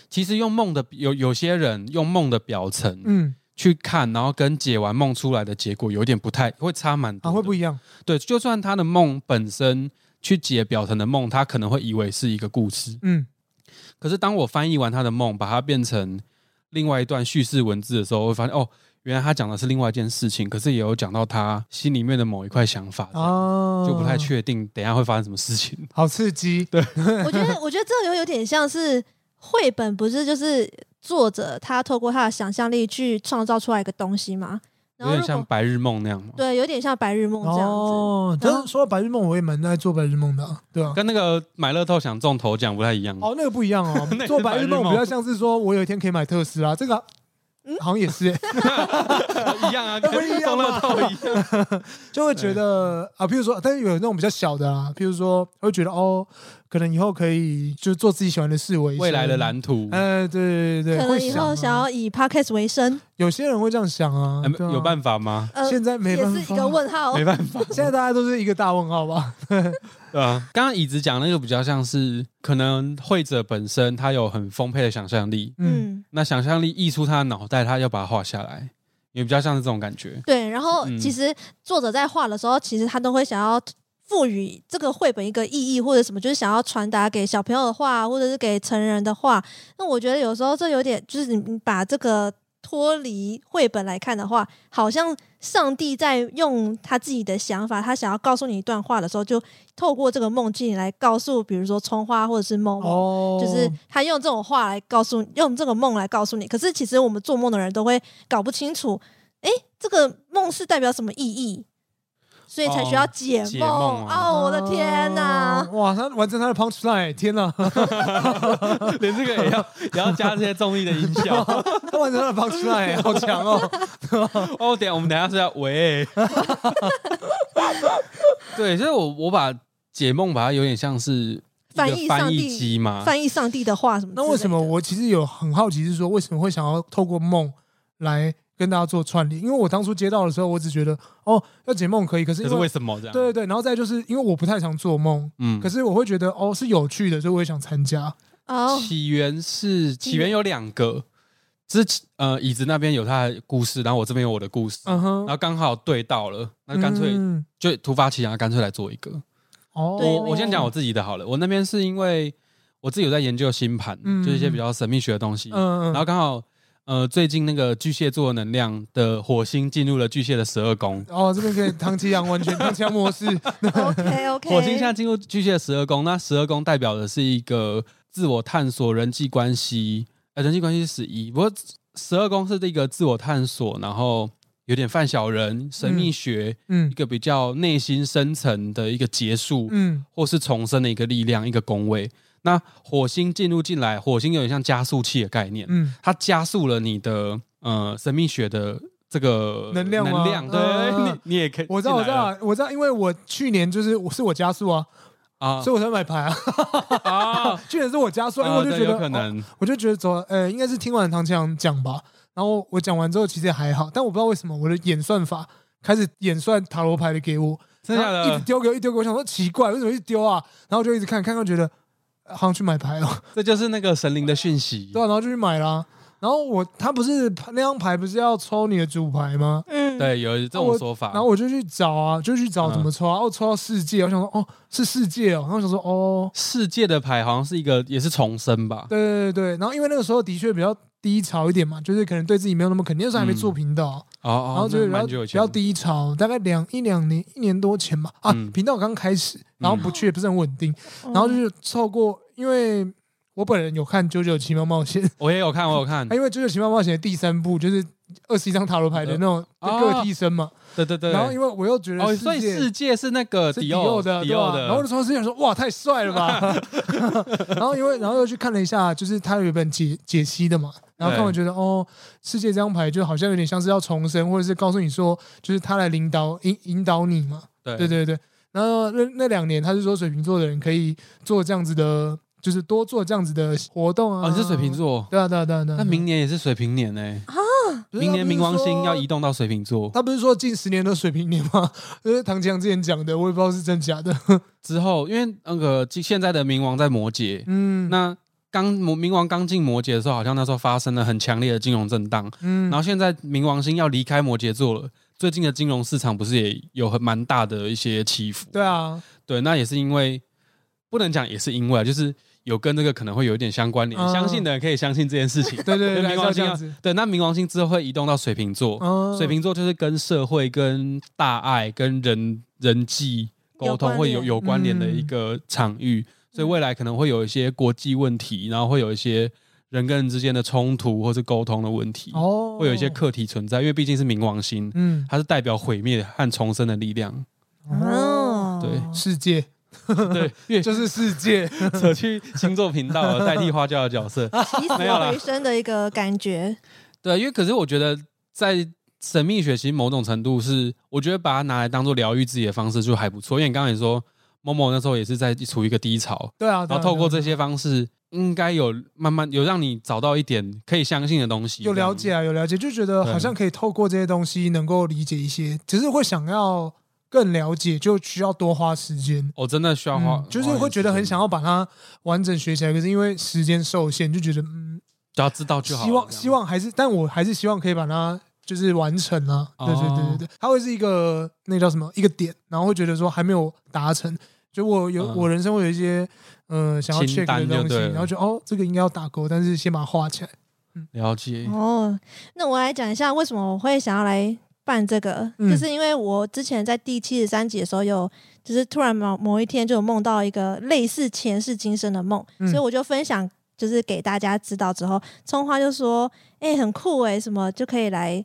Speaker 1: 其实用梦的有有些人用梦的表层、
Speaker 2: 嗯，
Speaker 1: 去看，然后跟解完梦出来的结果有点不太会差蛮多
Speaker 2: 啊，
Speaker 1: 的。
Speaker 2: 会不一样。
Speaker 1: 对，就算他的梦本身去解表层的梦，他可能会以为是一个故事。
Speaker 2: 嗯，
Speaker 1: 可是当我翻译完他的梦，把它变成另外一段叙事文字的时候，我会发现哦，原来他讲的是另外一件事情，可是也有讲到他心里面的某一块想法，这样
Speaker 2: 啊，
Speaker 1: 就不太，确定等一下会发生什么事情。
Speaker 2: 好刺激，
Speaker 3: 我觉得，我觉得这个有点像是绘本，不是就是作者他透过他的想象力去创造出来一个东西嘛？然
Speaker 1: 有
Speaker 3: 后
Speaker 1: 点
Speaker 3: 如
Speaker 1: 像
Speaker 3: 果
Speaker 1: 白日梦那样嘛。
Speaker 3: 对，有点像白日梦这样子。
Speaker 2: 哦，
Speaker 3: 然
Speaker 2: 但
Speaker 3: 后
Speaker 2: 是说到白日梦，我也蛮爱做白日梦的啊，对啊。
Speaker 1: 跟那个买乐透想中头奖不太一样。
Speaker 2: 哦，那个不一样哦
Speaker 1: 那，个
Speaker 2: 做
Speaker 1: 是白
Speaker 2: 白
Speaker 1: 日
Speaker 2: 日梦
Speaker 1: 梦
Speaker 2: 比较像是说，我有一天可以买特斯拉，这个啊
Speaker 3: 嗯
Speaker 2: 好像也是欸，
Speaker 1: 一样 啊，跟
Speaker 2: 不一样
Speaker 1: 中乐
Speaker 2: 吗
Speaker 1: 透一样。
Speaker 2: 就会觉得啊，譬如说，但是有那种比较小的啊，譬如说，会觉得哦，可能以后可以就是做自己喜欢的事为生
Speaker 1: 未来的，蓝 图，
Speaker 2: 呃，对对
Speaker 3: 可
Speaker 2: 对对，
Speaker 3: 能
Speaker 2: 会
Speaker 3: 以后
Speaker 2: 啊
Speaker 3: 想要以 podcast 为生，
Speaker 2: 有些人会这样想啊
Speaker 1: 哎，
Speaker 2: 对啊
Speaker 1: 有办法吗？
Speaker 3: 呃，
Speaker 2: 现在没
Speaker 3: 也
Speaker 2: 办
Speaker 3: 是
Speaker 2: 法，
Speaker 3: 一个问号。
Speaker 1: 没办法，
Speaker 2: 现在大家都是一个大问号吧？
Speaker 1: 对啊。刚刚椅子讲那个比较像是，可能会者本身他有很丰沛的想象力，
Speaker 2: 嗯，
Speaker 3: 嗯，
Speaker 1: 那想象力溢出他的脑袋，他要把它画下来，也比较像是这种感觉。
Speaker 3: 对。然后
Speaker 1: 嗯
Speaker 3: 其实作者在画的时候，其实他都会想要。赋予这个绘本一个意义或者什么，就是想要传达给小朋友的话，或者是给成人的话。那我觉得有时候这有点，就是你你把这个脱离绘本来看的话，好像上帝在用他自己的想法，他想要告诉你一段话的时候，就透过这个梦境来告诉，比如说葱花或者是梦梦
Speaker 2: 哦，
Speaker 3: 就是他用这种话来告诉你，用这个梦来告诉你。可是其实我们做梦的人都会搞不清楚，诶，这个梦是代表什么意义，所以才需要解
Speaker 1: 哦解
Speaker 3: 梦。
Speaker 1: 梦啊
Speaker 3: 哦，我的天哪！
Speaker 2: 哦哇，他完成他的 punch line，天哪，
Speaker 1: 连这个也要也要加这些重力的音效。
Speaker 2: 他完成他的 punch line，好强哦！
Speaker 1: 哦，等一下我们等一下是要 喂。对，所以我我把解梦把它有点像是一
Speaker 3: 翻
Speaker 1: 个
Speaker 3: 译上
Speaker 1: 翻
Speaker 3: 帝
Speaker 1: 译机嘛，
Speaker 3: 翻译上帝的话什么之类的？
Speaker 2: 那为什么我其实有很好奇，是说为什么会想要透过梦来跟大家做串联？因为我当初接到的时候，我只觉得哦，要解梦可以，可是
Speaker 1: 可
Speaker 2: 因
Speaker 1: 是为
Speaker 2: 为
Speaker 1: 什么这样？
Speaker 2: 对对，对，然后再就是因为我不太常做梦，
Speaker 1: 嗯
Speaker 2: 可是我会觉得哦是有趣的，所以我也想参加。
Speaker 3: 哦，
Speaker 1: 起源是起源有两个，之前呃椅子那边有他的故事，然后我这边有我的故事，
Speaker 2: 嗯
Speaker 1: 然
Speaker 2: 哼，
Speaker 1: 后刚好对到了，那干脆
Speaker 2: 嗯
Speaker 1: 就突发奇想，干脆来做一个。
Speaker 2: 哦，
Speaker 3: 对
Speaker 1: 我我先讲我自己的好了，我那边是因为我自己有在研究星盘，
Speaker 2: 嗯
Speaker 1: 就是一些比较神秘学的东西，
Speaker 2: 嗯嗯，
Speaker 1: 然后刚好。呃，最近那个巨蟹座能量的火星进入了巨蟹的十二宫，
Speaker 2: 哦这边可以唐奇阳完全唐奇阳 模式，
Speaker 3: OK OK，
Speaker 1: 火星现在进入巨蟹十二宫，那十二宫代表的是一个自我探索、人际关系，呃，人际关系是十一，不过十二宫是这个自我探索，然后有点犯小人、神秘学，
Speaker 2: 嗯
Speaker 1: 一个比较内心深层的一个结束，
Speaker 2: 嗯
Speaker 1: 或是重生的一个力量，一个宫位。那火星进入进来，火星有点像加速器的概念，
Speaker 2: 嗯，
Speaker 1: 它加速了你的呃神秘学的这个
Speaker 2: 能量吗
Speaker 1: 能量对，
Speaker 2: 嗯
Speaker 1: 你你也可以进来了，
Speaker 2: 我知道我知道我知道，因为我去年就是我是我加速啊，
Speaker 1: 啊
Speaker 2: 所以我才买牌啊，
Speaker 1: 啊，
Speaker 2: 去年是我加速啊，因
Speaker 1: 啊
Speaker 2: 为我就
Speaker 1: 对
Speaker 2: 觉得
Speaker 1: 有可
Speaker 2: 哦
Speaker 1: 能。
Speaker 2: 我就觉得走，呃，应该是听完唐强讲吧。然后我讲完之后，其实也还好，但我不知道为什么我的演算法开始演算塔罗牌的给我，
Speaker 1: 剩下
Speaker 2: 然后一
Speaker 1: 的
Speaker 2: 直丢给我，一直丢给我，我想说奇怪，为什么一直丢啊？然后我就一直看，看看觉得呃好像去买牌哦，
Speaker 1: 这就是那个神灵的讯息
Speaker 2: 对、。啊，然后就去买啦。然后我他不是那张牌不是要抽你的主牌吗？
Speaker 3: 嗯，
Speaker 1: 对，有这种说法。
Speaker 2: 然后我就去找啊，就去找怎么抽
Speaker 1: 嗯
Speaker 2: 啊，哦，抽到世界，我想说哦是世界哦，然后我想说哦，
Speaker 1: 世界的牌好像是一个也是重生吧？
Speaker 2: 对对对对，然后因为那个时候的确比较低潮一点嘛，就是可能对自己没有那么肯定，那时候还没做频道啊、
Speaker 1: 哦哦，
Speaker 2: 然后就
Speaker 1: 那
Speaker 2: 比
Speaker 1: 蛮
Speaker 2: 较
Speaker 1: 久以
Speaker 2: 比
Speaker 1: 前
Speaker 2: 较低潮，大概两一两年一年多前吧。啊，
Speaker 1: 嗯
Speaker 2: 频道刚开始，然后不确不是很稳定，
Speaker 3: 嗯，
Speaker 2: 然后就是透过，因为我本人有看《九九奇妙冒险》
Speaker 1: 我也有看，我有看
Speaker 2: 啊，。因为《九九奇妙冒险》的第三部就是二十一张塔罗牌的那种
Speaker 1: 呃
Speaker 2: 个体声嘛，
Speaker 1: 对对对。
Speaker 2: 然后因为我又觉得
Speaker 1: 哦，
Speaker 2: 世界
Speaker 1: 所以世界是那个
Speaker 2: 是
Speaker 1: 迪
Speaker 2: 迪
Speaker 1: 奥
Speaker 2: 奥的，
Speaker 1: 迪
Speaker 2: 对
Speaker 1: 奥
Speaker 2: 吧？
Speaker 1: 的。
Speaker 2: 然后那时候是想说，哇，太帅了吧！ 然后因为然后又去看了一下，就是他有一本解解析的嘛，然后看我觉得哦，世界这张牌就好像有点像是要重生，或者是告诉你说，就是他来领导引引导你嘛。
Speaker 1: 对
Speaker 2: 对对对。然后那那两年，他是说水瓶座的人可以做这样子的，就是多做这样子的活动
Speaker 1: 哦，
Speaker 2: 啊。
Speaker 1: 你是水瓶？座，
Speaker 2: 对啊对啊对啊对啊。
Speaker 1: 那明年也是水瓶年呢。
Speaker 2: 不是
Speaker 1: 明年
Speaker 2: 啊他不是
Speaker 1: 冥王星要
Speaker 2: 说
Speaker 1: 移动到水瓶座
Speaker 2: 他不是说近十年都水瓶年吗？ 就是唐吉阳之前讲的，我也不知道是真假的。
Speaker 1: 之后，因为那个现在的冥王在摩羯，
Speaker 2: 嗯，
Speaker 1: 那刚摩冥王刚进摩羯的时候，好像那时候发生了很强烈的金融震荡，
Speaker 2: 嗯
Speaker 1: 然后现在冥王星要离开摩羯座了，最近的金融市场不是也有很蛮大的一些起伏？
Speaker 2: 对啊，
Speaker 1: 对，那也是因为不能讲也是因为啊，就是有跟这个可能会有一点相关联，
Speaker 2: 嗯
Speaker 1: 相信的人可以相信这件事情。
Speaker 2: 对对对，
Speaker 1: 那
Speaker 2: 还
Speaker 1: 冥
Speaker 2: 是要
Speaker 1: 王
Speaker 2: 这
Speaker 1: 星
Speaker 2: 样
Speaker 1: 要
Speaker 2: 子。
Speaker 1: 对，那冥王星之后会移动到水瓶座，
Speaker 2: 嗯
Speaker 1: 水瓶座就是跟社会、跟大爱、跟人人际沟通
Speaker 3: 有关联
Speaker 1: 会有有关联嗯的一个场域，所以未来可能会有一些国际问题，然后会有一些人跟人之间的冲突或是沟通的问题，
Speaker 2: 哦，
Speaker 1: 会有一些课题存在，因为毕竟是冥王 星，
Speaker 2: 嗯
Speaker 1: 它是代表毁灭和重生的力 量。
Speaker 3: 哦
Speaker 1: 对
Speaker 2: 世界
Speaker 1: 对，越
Speaker 2: 就是世界，
Speaker 1: 扯去星座频道 了，代替花椒的角色。
Speaker 3: 起死
Speaker 1: 没有啦
Speaker 3: 回生的一个感觉。
Speaker 1: 对，因为可是我觉得在神秘学其实某种程度是，我觉得把它拿来当做疗愈自己的方式就还不错。因为你刚刚也说，某某那时候也是在处于一个低潮，
Speaker 2: 对啊，对
Speaker 1: 然
Speaker 2: 啊
Speaker 1: 后透过
Speaker 2: 对
Speaker 1: 这
Speaker 2: 啊
Speaker 1: 些方式，应该有慢慢有让你找到一点可以相信的东西，
Speaker 2: 有了解啊，有了解，就觉得
Speaker 1: 对
Speaker 2: 好像可以透过这些东西能够理解一些，只是会想要更了解，就需要多花时间。
Speaker 1: 我、哦真的需要花，
Speaker 2: 嗯，就是会觉得很想
Speaker 1: 要，
Speaker 2: 要把它完整学起来，可是因为时间受限，就觉得嗯，
Speaker 1: 只要知道就好了。
Speaker 2: 希望
Speaker 1: 这样
Speaker 2: 希望还是，但我还是希望可以把它就是完成啊。
Speaker 1: 哦
Speaker 2: 对对对对对，它会是一个那叫什么一个点，然后会觉得说还没有达成，就我有、
Speaker 1: 嗯
Speaker 2: 我人生会有一些呃想要
Speaker 1: 清
Speaker 2: check 的
Speaker 1: 单就
Speaker 2: 东西，
Speaker 1: 对了
Speaker 2: 然后就哦这个应该要打勾，但是先把它画起来。
Speaker 1: 了解，
Speaker 2: 嗯
Speaker 3: 哦，那我来讲一下为什么我会想要来办这个，
Speaker 2: 嗯
Speaker 3: 就是因为我之前在第七十三集的时候有，就是突然某某一天就有梦到一个类似前世今生的梦，
Speaker 2: 嗯
Speaker 3: 所以我就分享。就是给大家知道之后，葱花就说：“哎、很酷哎、什么就可以来，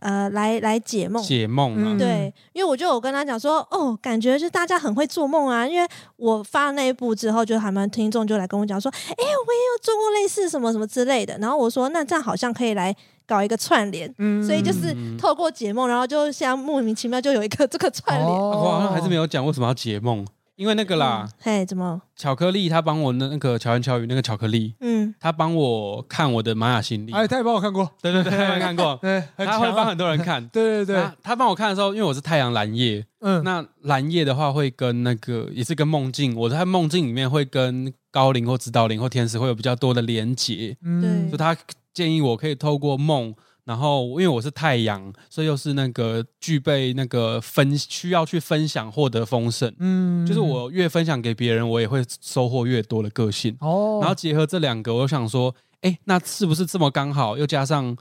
Speaker 3: 呃，来来解梦。
Speaker 1: 解梦啊，
Speaker 2: 嗯
Speaker 3: 对，因为我就有跟他讲说，哦，感觉就是大家很会做梦啊。因为我发了那一部之后，就还蛮听众就来跟我讲说，哎、我也有做过类似什么什么之类的。然后我说，那这样好像可以来搞一个串联，
Speaker 2: 嗯
Speaker 3: 所以就是
Speaker 1: 嗯
Speaker 3: 透过解梦，然后就现在莫名其妙就有一个这 个
Speaker 2: 嗯
Speaker 3: 串联。
Speaker 1: 啊
Speaker 2: 哦
Speaker 1: 我好像还是没
Speaker 2: 有
Speaker 1: 有讲为什么要解梦，因为那个啦，
Speaker 3: 嗯，嘿，怎么？
Speaker 1: 巧克力他帮我那那个巧言巧语那个巧克力，
Speaker 3: 嗯，
Speaker 1: 他帮我看我的玛雅心历，
Speaker 2: 哎，他也帮我看过，，
Speaker 1: 对对对，他没看过
Speaker 2: 对，很
Speaker 1: 他会
Speaker 2: 强
Speaker 1: 帮
Speaker 2: 啊
Speaker 1: 很多人看。
Speaker 2: 对对对，
Speaker 1: 他他帮我看的时候，因为我是太阳蓝夜，
Speaker 2: 嗯，
Speaker 1: 那蓝夜的话会跟那个也是跟梦境，我在梦境里面会跟高龄或指导灵或天使会有比较多的连结，
Speaker 2: 嗯
Speaker 1: 所以他建议我可以透过梦。然后，因为我是太阳，所以又是那个具备那个分需要去分享获得丰盛，
Speaker 2: 嗯
Speaker 1: 就是我越分享给别人，我也会收获越多的个性。
Speaker 2: 哦，
Speaker 1: 然后结合这两个，我又想说，哎、那是不是这么刚好？又加上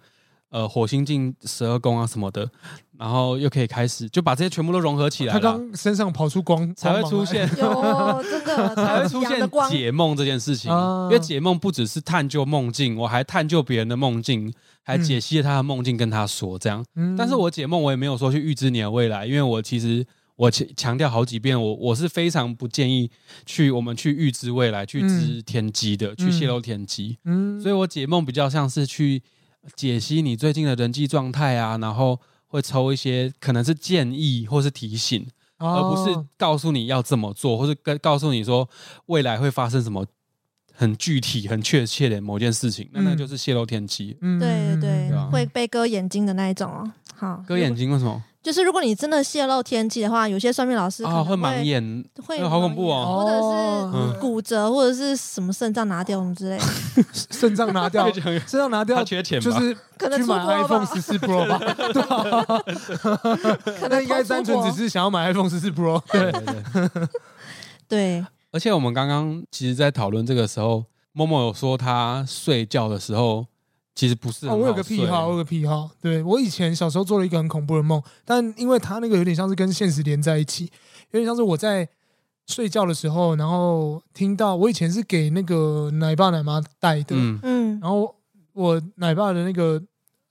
Speaker 1: 呃火星进十二宫啊什么的，然后又可以开始就把这些全部都融合起来
Speaker 2: 他
Speaker 1: 了，
Speaker 2: 刚身上跑出光，
Speaker 1: 才会
Speaker 2: 光
Speaker 1: 出
Speaker 2: 芒来
Speaker 1: 现
Speaker 3: 有真 的
Speaker 1: 才会出
Speaker 3: 阳的
Speaker 1: 现
Speaker 3: 光，
Speaker 1: 解梦这件事情。
Speaker 2: 啊
Speaker 1: 因为解梦不只是探究梦境，我还探究别人的梦境，还解析了他的梦境跟他说这样。
Speaker 2: 嗯
Speaker 1: 但是我解梦我也没有说去预知你的未来，因为我其实。我强强调好几遍，我我是非常不建议去我们去预知未来、去知天机的，去泄露天机。
Speaker 2: 嗯
Speaker 1: 所以我解梦比较像是去解析你最近的人际状态啊，然后会抽一些可能是建议或是提醒，而不是
Speaker 2: 哦
Speaker 1: 告诉你要怎么做，或是跟告诉你说未来会发生什么很具体、很确切的某件事情，嗯那
Speaker 2: 嗯
Speaker 1: 那就是泄露天机。
Speaker 2: 嗯
Speaker 3: 对对对
Speaker 1: 对啊，
Speaker 3: 会被割眼睛的那一种哦。好，
Speaker 1: 割眼睛为什么
Speaker 3: 就是如果你真的泄露天机的话，有些算命老师可
Speaker 1: 啊？
Speaker 3: 能
Speaker 1: 会盲眼，
Speaker 3: 会
Speaker 1: 哎呦好恐怖
Speaker 3: 盲
Speaker 1: 哦
Speaker 3: 眼或者
Speaker 1: 嗯
Speaker 3: 是骨折，或者是什么肾脏拿掉什么之类的，
Speaker 2: 肾脏 拿掉，肾脏拿掉
Speaker 1: 他。缺钱吧？
Speaker 2: 啊就是
Speaker 3: 可能
Speaker 2: 去
Speaker 3: 出国
Speaker 2: 买
Speaker 3: 吧
Speaker 2: iPhone 十四 Pro 吧，对吧？
Speaker 3: 可
Speaker 2: 那
Speaker 3: 能
Speaker 2: 应该
Speaker 3: 偷出
Speaker 2: 单纯
Speaker 3: 国
Speaker 2: 只是想要买 iPhone 十四 Pro。
Speaker 1: 对对对。
Speaker 3: 对，
Speaker 1: 而且我们刚刚其实，在讨论这个时候，默默有说他睡觉的时候其实不是
Speaker 2: 哦，
Speaker 1: 很
Speaker 2: 我有
Speaker 1: 好
Speaker 2: 个癖
Speaker 1: 睡
Speaker 2: 好，我有个癖好。对我以前小时候做了一个很恐怖的梦，但因为它那个有点像是跟现实连在一起，有点像是我在睡觉的时候，然后听到我以前是给那个奶爸奶妈带的，
Speaker 1: 嗯，
Speaker 3: 嗯，
Speaker 2: 然后我奶爸的那个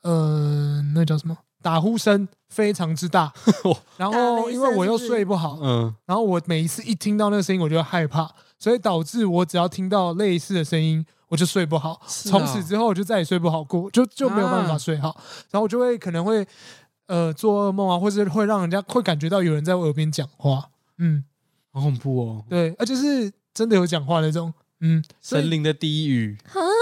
Speaker 2: 呃，那叫什么打呼声非常 之大
Speaker 1: 哇，
Speaker 2: 然
Speaker 3: 打雷
Speaker 2: 后因为我又
Speaker 3: 声是不是
Speaker 2: 睡不好，
Speaker 1: 嗯，
Speaker 2: 然后我每一次一听到那个声音，我就会害怕，所以导致我只要听到类似的声音，我就睡不好。
Speaker 1: 是
Speaker 2: 从
Speaker 1: 啊
Speaker 2: 此之后，我就再也睡不好过，就就没有办法
Speaker 1: 啊
Speaker 2: 睡好。然后我就会可能会呃做噩梦啊，或是会让人家会感觉到有人在我耳边讲话。嗯，
Speaker 1: 好恐怖哦，
Speaker 2: 对，而且是真的有讲话那种。嗯，所以
Speaker 1: 森林的低语，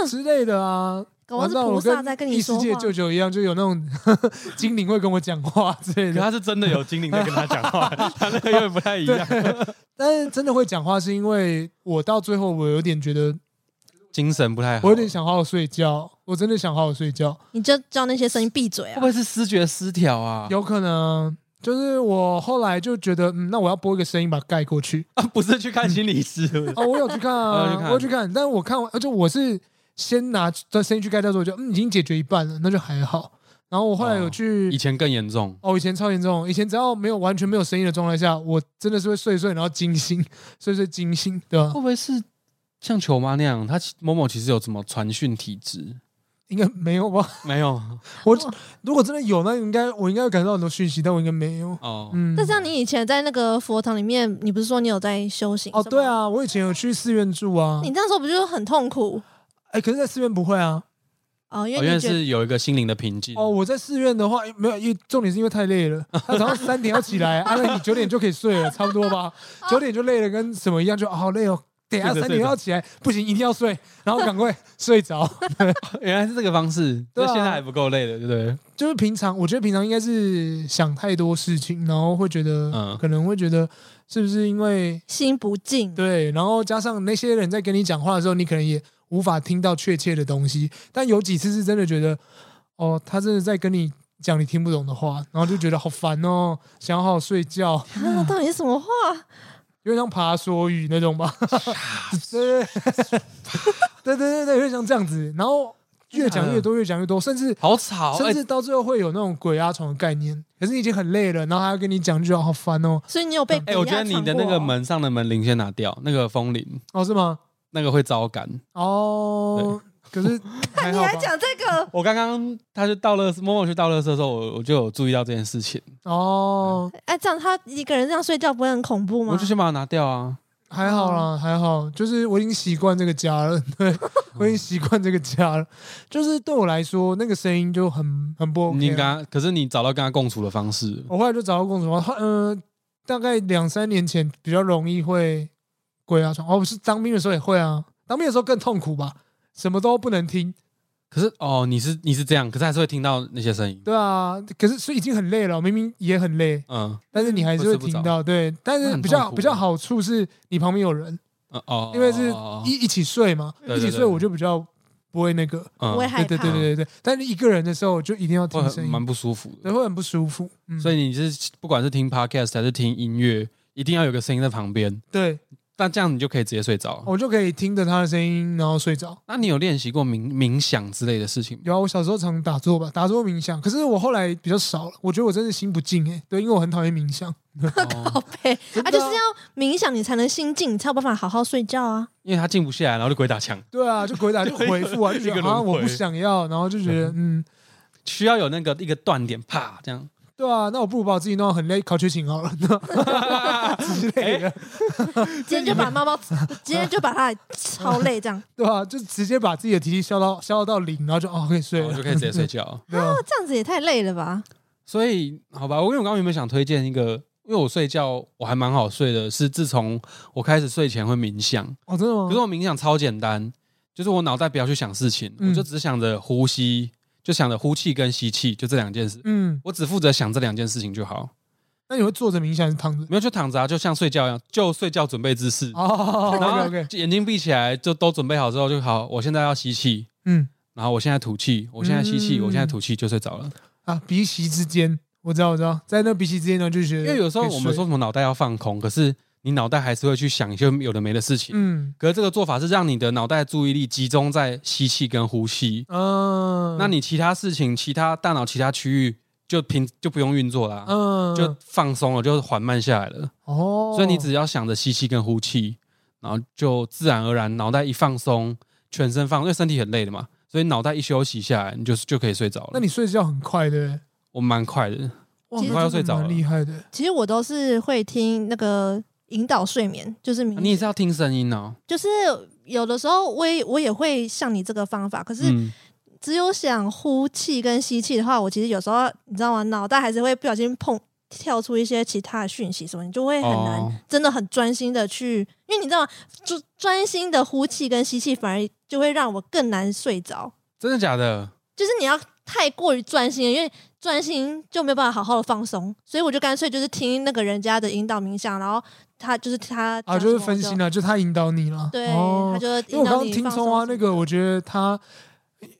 Speaker 2: 之类的啊，
Speaker 3: 搞不好
Speaker 2: 玩
Speaker 3: 是
Speaker 2: 到我
Speaker 3: 菩萨在
Speaker 2: 跟
Speaker 3: 跟
Speaker 2: 异
Speaker 3: 你
Speaker 2: 世
Speaker 3: 说
Speaker 2: 界
Speaker 3: 话
Speaker 2: 舅。舅一样，就有那种 精灵会跟我讲话之类
Speaker 1: 可
Speaker 2: 的。
Speaker 1: 他是真的有精灵在跟他讲话，他那个有点不太一样。
Speaker 2: 但是真的会讲话，是因为我到最后我有点觉得，
Speaker 1: 精神不太好，
Speaker 2: 我有点想好好睡觉，我真的想好好睡觉，
Speaker 3: 你就叫那些声音闭嘴
Speaker 1: 会不
Speaker 3: 啊！
Speaker 1: 会是视觉失调啊？
Speaker 2: 有可能啊就是我后来就觉得，嗯，那我要播一个声音把它盖 过去。
Speaker 1: 啊，不是去看心理师，是不 是
Speaker 2: 哦，我有去看
Speaker 1: 我有
Speaker 2: 啊
Speaker 1: 去，看
Speaker 2: 我有去看，但我看完，而且我是先拿这声音去盖掉之后，我就嗯已经解决一半了，那就还好。然后我后来有去
Speaker 1: 以，前更严重。
Speaker 2: 哦，以前超严重，以前只要没有完全没有声音的状态下，我真的是会睡一睡，然后惊醒， 睡一睡惊醒，对吧
Speaker 1: 会？不会是像球妈那样？她其某某其实有什么传讯体质？哦
Speaker 2: 应该没 有吧？
Speaker 1: 没有
Speaker 2: 我如果真的有，那应该我应该有感受到很多讯息，但我应该没有。
Speaker 1: 哦，
Speaker 2: 嗯，
Speaker 3: 那像你以前在那个佛堂里面，你不是说你有在修行？
Speaker 2: 哦，对，啊，我以前有去寺院住啊，
Speaker 3: 你那时候不就是很痛苦
Speaker 2: 哎，可是，在寺院不会啊。
Speaker 3: 哦？因
Speaker 1: 我
Speaker 3: 为
Speaker 1: 原来
Speaker 3: 你觉得
Speaker 1: 是有一个心灵的平静。
Speaker 2: 哦，我在寺院的话，哎诶没有，因为重点是因为太累了。他早上三点要起来，啊，那你九点就可以睡了，差不多吧？九点就累了，跟什么一样，就、啊好累哦。等一下
Speaker 1: 睡着
Speaker 2: 三点要起来，不行，一定要睡，然后赶快睡着。
Speaker 1: 原来是这个方式，
Speaker 2: 对
Speaker 1: 那
Speaker 2: 啊
Speaker 1: 现在还不够累的，对不对？
Speaker 2: 就是平常，我觉得平常应该是想太多事情，然后会觉得，
Speaker 1: 嗯
Speaker 2: 可能会觉得是不是因为
Speaker 3: 心不静，
Speaker 2: 对，然后加上那些人在跟你讲话的时候，你可能也无法听到确切的东西。但有几次是真的觉得，哦，他真的在跟你讲你听不懂的话，然后就觉得好烦哦，想要好好睡觉，
Speaker 3: 那啊到底是什么话？
Speaker 2: 有点像爬梭语那种吧？对对对对对对，有点像这样子。然后越讲越多，越讲越多，甚至
Speaker 1: 好吵，
Speaker 2: 甚
Speaker 1: 哎，
Speaker 2: 至到最后会有那种鬼压床的概念。可是你已经很累了，然后还要跟你讲，就觉得好烦哦，
Speaker 3: 所以你有被
Speaker 1: 哎，我觉得你
Speaker 3: 啊
Speaker 1: 的那
Speaker 3: 哦
Speaker 1: 个门上的门铃先拿掉，那个风铃
Speaker 2: 哦是吗？
Speaker 1: 那个会招感。
Speaker 2: 哦，可 是还
Speaker 3: 你
Speaker 2: 好
Speaker 3: 还
Speaker 2: 吧？
Speaker 3: 讲这个？
Speaker 1: 我刚刚他就到了某某去到乐色的时候，我我就有注意到这件事情，
Speaker 2: 哦，
Speaker 3: 哎，这样他一个人这样睡觉不会很恐怖吗？
Speaker 1: 我就先把它拿掉啊。
Speaker 2: 还好啦，还好，就是我已经习惯这个家了， 对
Speaker 1: 哦
Speaker 2: 我已经习惯这个家了。就是对我来说，那个声音就很很不 OK 啊。
Speaker 1: 你跟他，可是你找到跟他共处的方式，
Speaker 2: 我后来就找到公主，她嗯、呃，大概两三年前比较容易会鬼压床。哦，不是当兵的时候也会啊，当兵的时候更痛苦吧，什么都不能听。
Speaker 1: 可是哦，你是你是这样，可是还是会听到那些声音。
Speaker 2: 对啊，可是所以已经很累了，明明也很累，
Speaker 1: 嗯，
Speaker 2: 但是你还是会
Speaker 1: 会睡嗯不着
Speaker 2: 听到。对，但
Speaker 1: 那
Speaker 2: 是
Speaker 1: 很
Speaker 2: 比较
Speaker 1: 痛苦
Speaker 2: 比较好处是你旁边有人，
Speaker 1: 嗯哦，
Speaker 2: 因为是
Speaker 1: 哦
Speaker 2: 一一起睡嘛，
Speaker 1: 对对
Speaker 2: 一起
Speaker 1: 对
Speaker 2: 睡我就比较不会那个。
Speaker 1: 嗯
Speaker 3: 不会害
Speaker 2: 对
Speaker 3: 怕。
Speaker 2: 对对对对对，但是一个人的时候就一定要
Speaker 1: 会
Speaker 2: 听声
Speaker 1: 很蛮
Speaker 2: 音，
Speaker 1: 不舒服的。
Speaker 2: 对，会很不舒服。嗯，
Speaker 1: 所
Speaker 2: 以
Speaker 1: 以你是不管是听 podcast 还是听音乐，一定要有个声音在旁边，
Speaker 2: 对
Speaker 1: 那这样你就可以直接睡着。
Speaker 2: 我就可以听着他的声音，然后睡着。
Speaker 1: 那你有练习过冥冥想之类的事情 吗？
Speaker 2: 有啊，我小时候常打坐吧，打坐冥想，可是我后来比较少了。我觉得我真是心不静哎、对，因为我很讨厌冥想。
Speaker 3: 宝
Speaker 1: 哦
Speaker 3: 贝，
Speaker 2: 真的
Speaker 3: 啊，就是要冥想你才能心静，你才有办法好好睡觉啊。
Speaker 1: 因为他静不下来，然后就鬼打墙，
Speaker 2: 对啊，就 鬼打就回复啊，就觉
Speaker 1: 一个
Speaker 2: 得
Speaker 1: 轮
Speaker 2: 啊
Speaker 1: 回
Speaker 2: 我不想要，然后就觉得嗯，
Speaker 1: 需要有那个一个断点，啪这样。
Speaker 2: 对啊，那我不如把我自己弄得很累，考缺勤好了 之类
Speaker 1: 哎
Speaker 2: 的，
Speaker 3: 今天就把猫猫，今天就把它超累这样。
Speaker 2: 对啊，就直接把自己的体力消到消耗到零，然后就哦可以睡
Speaker 1: 然后
Speaker 2: 了
Speaker 1: 就，可以直接睡觉。
Speaker 2: 对啊
Speaker 3: 哦，这样子也太累了吧？
Speaker 1: 所以好吧，我因为我刚刚原本想推荐一个，因为我睡觉我还蛮好睡的，是自从我开始睡前会冥想，
Speaker 2: 哦真的
Speaker 1: 可是
Speaker 2: 吗？
Speaker 1: 我冥想超简单，就是我脑袋不要去想事情，
Speaker 2: 嗯
Speaker 1: 我就只想着呼吸，就想着呼气跟吸气，就这两件事，
Speaker 2: 嗯，
Speaker 1: 我只负责想这两件事情就好，
Speaker 2: 那你会坐着冥想还是躺着？
Speaker 1: 没有就躺着、啊，就像睡觉一样，就睡觉准备姿势，
Speaker 2: 哦
Speaker 1: 然后
Speaker 2: ，OK OK，
Speaker 1: 就眼睛闭起来，就都准备好之后就好，我现在要吸气，
Speaker 2: 嗯。
Speaker 1: 然后我现在吐气，我现在吸气，
Speaker 2: 嗯
Speaker 1: 我现在吐气就睡着了。
Speaker 2: 啊，鼻息之间，我知道，我知道，在那鼻息之间呢，就觉
Speaker 1: 因
Speaker 2: 得
Speaker 1: 为有时候
Speaker 2: 可以
Speaker 1: 我们
Speaker 2: 睡
Speaker 1: 说，什么脑袋要放空，可是你脑袋还是会去想一些有的没的事情。
Speaker 2: 嗯
Speaker 1: 可是这个做法是让你的脑袋注意力集中在吸气跟呼吸，
Speaker 2: 嗯，
Speaker 1: 那你其他事情、其他大脑其他区域就平就不用运作啦，
Speaker 2: 嗯
Speaker 1: 就放松了，就缓慢下来了。
Speaker 2: 哦，
Speaker 1: 所以你只要想着吸气跟呼气，然后就自然而然脑袋一放松，全身放，因为身体很累的嘛，所以脑袋一休息下来，你就就可以睡着了。
Speaker 2: 那你睡觉很快的，
Speaker 1: 我蛮快的，啊
Speaker 2: 哇，
Speaker 3: 其实
Speaker 2: 那
Speaker 1: 快要
Speaker 2: 真的
Speaker 1: 睡着
Speaker 2: 蛮
Speaker 1: 了
Speaker 2: 厉害的。
Speaker 3: 其实我都是会听那个引导睡眠，就是冥，
Speaker 1: 啊你也是要听声音哦。
Speaker 3: 就是有的时候我也我也会像你这个方法，可是
Speaker 1: 嗯，
Speaker 3: 只有想呼气跟吸气的话，我其实有时候你知道吗？脑袋还是会不小心碰跳出一些其他的讯息什么，你就会很难、
Speaker 1: 哦
Speaker 3: 真的很专心的去，因为你知道吗？就专心的呼气跟吸气，反而就会让我更难睡着。
Speaker 1: 真的假的？
Speaker 3: 就是你要太过于专心了，因为专心就没有办法好好的放松，所以我就干脆就是听那个人家的引导冥想，然后他就是他
Speaker 2: 啊，
Speaker 3: 讲
Speaker 2: 就是
Speaker 3: 什么
Speaker 2: 分
Speaker 3: 我
Speaker 2: 心了，就他引导你了。
Speaker 3: 对，
Speaker 2: 哦
Speaker 3: 他就
Speaker 2: 因为我
Speaker 3: 引
Speaker 2: 刚
Speaker 3: 导
Speaker 2: 刚
Speaker 3: 你
Speaker 2: 听啊
Speaker 3: 放
Speaker 2: 葱花
Speaker 3: 松
Speaker 2: 那个，我觉得他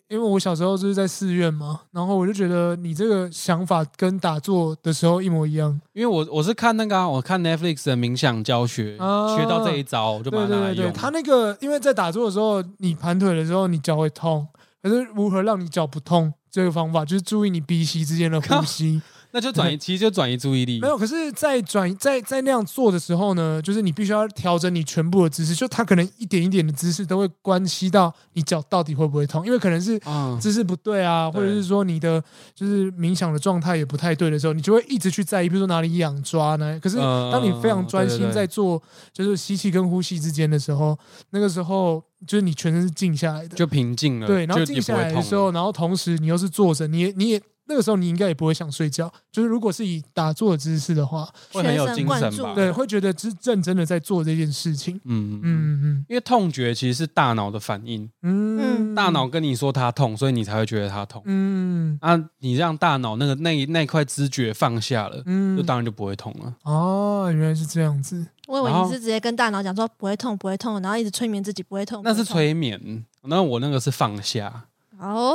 Speaker 2: 因为我小时候就是在寺院嘛，然后我就觉得你这个想法跟打坐的时候一模一样，
Speaker 1: 因为我我是看那个、啊，我看 Netflix 的冥想教学，
Speaker 2: 啊
Speaker 1: 学到这一招，我就把
Speaker 2: 对
Speaker 1: 它拿来
Speaker 2: 对对
Speaker 1: 用了。
Speaker 2: 对，他那个因为在打坐的时候，你盘腿的时候你脚会痛，可是如何让你脚不痛这个方法就是注意你鼻息之间的呼吸。
Speaker 1: 那就转移，其实就转移注意力
Speaker 2: 没。有，可是，在转在在那样做的时候呢，就是你必须要调整你全部的姿势，就它可能一点一点的姿势都会关系到你脚到底会不会痛，因为可能是
Speaker 1: 嗯，
Speaker 2: 姿势不对啊，或者是说你的就是冥想的状态也不太对的时候，你就会一直去在意，比如说哪里痒抓呢？可是
Speaker 1: 嗯
Speaker 2: 当你非常专
Speaker 1: 对
Speaker 2: 心
Speaker 1: 对对
Speaker 2: 在做就是吸气跟呼吸之间的时候，那个时候就是你全身是静下来的，
Speaker 1: 就平静了，
Speaker 2: 对，然后
Speaker 1: 就
Speaker 2: 静
Speaker 1: 也不
Speaker 2: 下
Speaker 1: 会
Speaker 2: 来的
Speaker 1: 痛
Speaker 2: 时
Speaker 1: 了
Speaker 2: 候，然后同时你又是坐着，你也你也。那个时候你应该也不会想睡觉，就是如果是以打坐的姿势的话，
Speaker 1: 会很有
Speaker 3: 全神
Speaker 1: 精
Speaker 3: 贯
Speaker 1: 神
Speaker 3: 注
Speaker 1: 吧？
Speaker 2: 对，会觉得是认真的在做这件事情。
Speaker 1: 嗯嗯，
Speaker 2: 嗯
Speaker 1: 因为痛觉其实是大脑的反应，
Speaker 2: 嗯嗯，
Speaker 1: 大脑跟你说它痛，所以你才会觉得它痛。
Speaker 2: 嗯
Speaker 1: 啊，你让大脑那个那那块知觉放下了，
Speaker 2: 嗯，
Speaker 1: 就当然就不会痛了。
Speaker 2: 哦，原来是这样子。
Speaker 3: 我以为
Speaker 1: 然
Speaker 3: 你
Speaker 1: 后
Speaker 3: 是直接跟大脑讲说不会痛，不会痛，然后一直催眠自己不会痛。
Speaker 1: 那
Speaker 3: 不
Speaker 1: 是
Speaker 3: 会痛
Speaker 1: 催眠，那我那个是放下，
Speaker 3: 哦，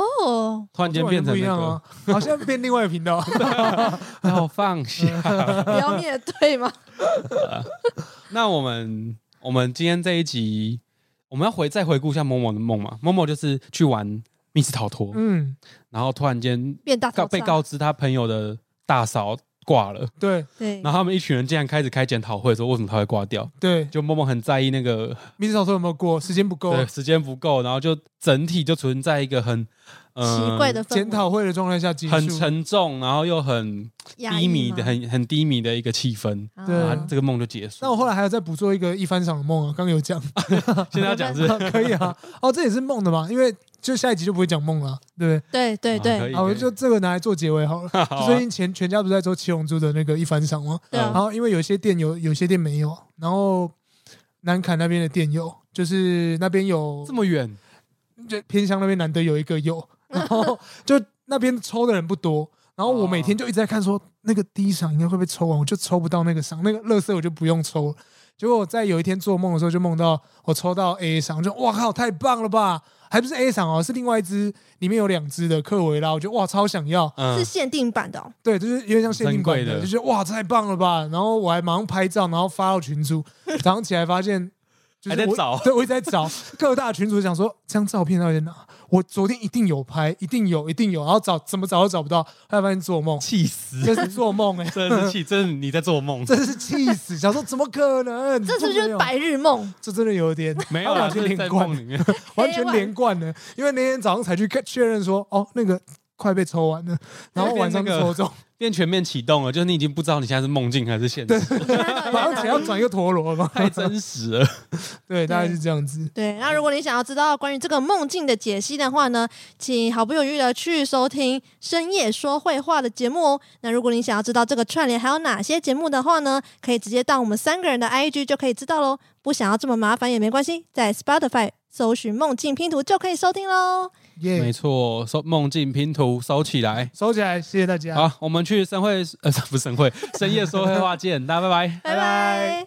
Speaker 1: 突然间变成
Speaker 2: 不一哦
Speaker 1: 那
Speaker 2: 样
Speaker 1: 个
Speaker 2: 哦，好像变另外一个 频道。
Speaker 1: 要放
Speaker 2: 嗯
Speaker 1: 下。
Speaker 3: 不要面对吗？
Speaker 1: 那我们我们今天这一集，我们要回再回顾一下某某的梦嘛？某某就是去玩密室逃脱，
Speaker 2: 嗯，
Speaker 1: 然后突然间
Speaker 3: 变大
Speaker 1: 告
Speaker 3: 头
Speaker 1: 被
Speaker 3: 照
Speaker 1: 告知他朋友的大嫂挂了，
Speaker 2: 对
Speaker 3: 对
Speaker 1: 然后他们一群人竟然开始开检讨会，说为什么他会挂掉？
Speaker 2: 对，
Speaker 1: 就默默很在意那个
Speaker 2: 密室逃脱有没有过？时间不 够，啊
Speaker 1: 对时间不够，然后就整体就存在一个很、呃、
Speaker 3: 奇怪的氛围
Speaker 2: 嗯检讨会的状态下结束。
Speaker 1: 很沉重，然后又很
Speaker 3: 压
Speaker 1: 低
Speaker 3: 抑
Speaker 1: 迷
Speaker 3: 吗
Speaker 1: 的、很很低迷的一个气氛。
Speaker 3: 啊
Speaker 2: 对
Speaker 1: 啊，这个梦就结束。
Speaker 2: 那我后来还有再捕捉一个一番赏的梦啊，刚刚有讲，
Speaker 1: 现在要讲是，
Speaker 2: 可以啊。哦，这也是梦的嘛，因为就下一集就不会讲梦了，对不
Speaker 1: 啊可
Speaker 3: 对对
Speaker 1: 以
Speaker 3: 对
Speaker 2: 对？好，我就这个拿来做结尾好了。
Speaker 1: 好嗯
Speaker 2: 就
Speaker 1: 啊
Speaker 2: 最近全全家不是在做七龙珠的那个一番赏吗？
Speaker 3: 对啊
Speaker 2: 然后因为有些店有，有些店没有，然后南坎那边的店有，就是那边有
Speaker 1: 这么远，
Speaker 2: 就偏乡那边难得有一个有，然后就那边抽的人不多，然后我每天就一直在看说那个第一场应该会被抽完，我就抽不到那个赏，那个乐色我就不用抽了。结果我在有一天做梦的时候，就梦到我抽到 A 赏，我就哇靠，太棒了吧！还不是 A 赏哦，是另外一只，里面有两只的克维拉，我觉得哇超想要，
Speaker 1: 嗯
Speaker 3: 是，限定版的哦，
Speaker 2: 对，就是有点像限定版
Speaker 1: 珍贵
Speaker 2: 的，
Speaker 1: 的
Speaker 2: 就觉得哇太棒了吧！然后我还马上拍照，然后发到群组，早上起来发现。就是
Speaker 1: 还在
Speaker 2: 我
Speaker 1: 找，
Speaker 2: 对，我一直在找各大群主，想说这张照片到底在哪？我昨天一定有拍，一定有，一定有，然后找怎么找都找不到，后来发现做梦
Speaker 1: 气死，
Speaker 2: 这是做梦哎、欸，
Speaker 1: 真的 是气，真的你在做梦。
Speaker 2: 真是气死！想说怎么可能？
Speaker 3: 这是不是就是
Speaker 2: 白？
Speaker 3: 白日梦？
Speaker 2: 这真的有点
Speaker 1: 没有
Speaker 2: 完
Speaker 1: 啦，
Speaker 2: 全
Speaker 1: 就是在
Speaker 2: 连贯
Speaker 1: 梦，里面。
Speaker 2: 完全连贯的，因为那天早上才去看确认说，哦，那个快被抽完了，然后晚上就抽中，
Speaker 1: 变全面启动了，就是你已经不知道你现在是梦境还是现实，
Speaker 3: 你看到底在
Speaker 2: 马
Speaker 3: 哪里
Speaker 2: 上才要转一个陀螺嘛。
Speaker 1: 太真实了。
Speaker 2: 对，大概是这样子。
Speaker 3: 对，那如果你想要知道关于这个梦境的解析的话呢，请毫不犹豫的去收听《深夜说会话》的节目哦。那如果你想要知道这个串联还有哪些节目的话呢，可以直接到我们三个人的 IG 就可以知道喽。不想要这么麻烦也没关系，在 Spotify 搜寻“梦境拼图”就可以收听喽。
Speaker 2: 耶、
Speaker 1: 没错，收梦境拼图收起来。
Speaker 2: 收起来，谢谢大家。
Speaker 1: 好，我们去深会，呃，不是深会，深夜说会话见，大家拜拜。
Speaker 3: 拜拜
Speaker 2: 拜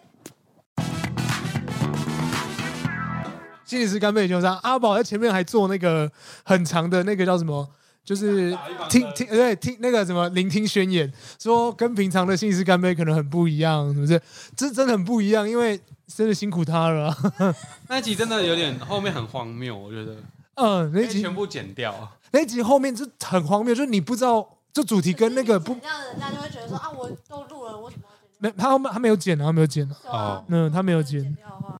Speaker 2: 拜。心理师干杯就上，阿宝在前面还做那个很长的那个叫什么？就是听听对听那个什么聆听宣言，说跟平常的心理师干杯可能很不一样，是不是？这真的很不一样，因为真的辛苦他了 啊、
Speaker 1: 那一集真的有点后面很荒谬，我觉得
Speaker 2: 嗯，那
Speaker 1: 可
Speaker 2: 一
Speaker 1: 以
Speaker 2: 集
Speaker 1: 哎全部剪掉。
Speaker 2: 那一集后面就很荒谬，就是你不知道，就主题跟那个不
Speaker 3: 这样人家就会觉得说啊，我都录了，我怎么
Speaker 2: 没他没他没有剪啊，他没有剪啊，
Speaker 1: 哦
Speaker 2: 嗯，他没有剪。
Speaker 3: 掉的话？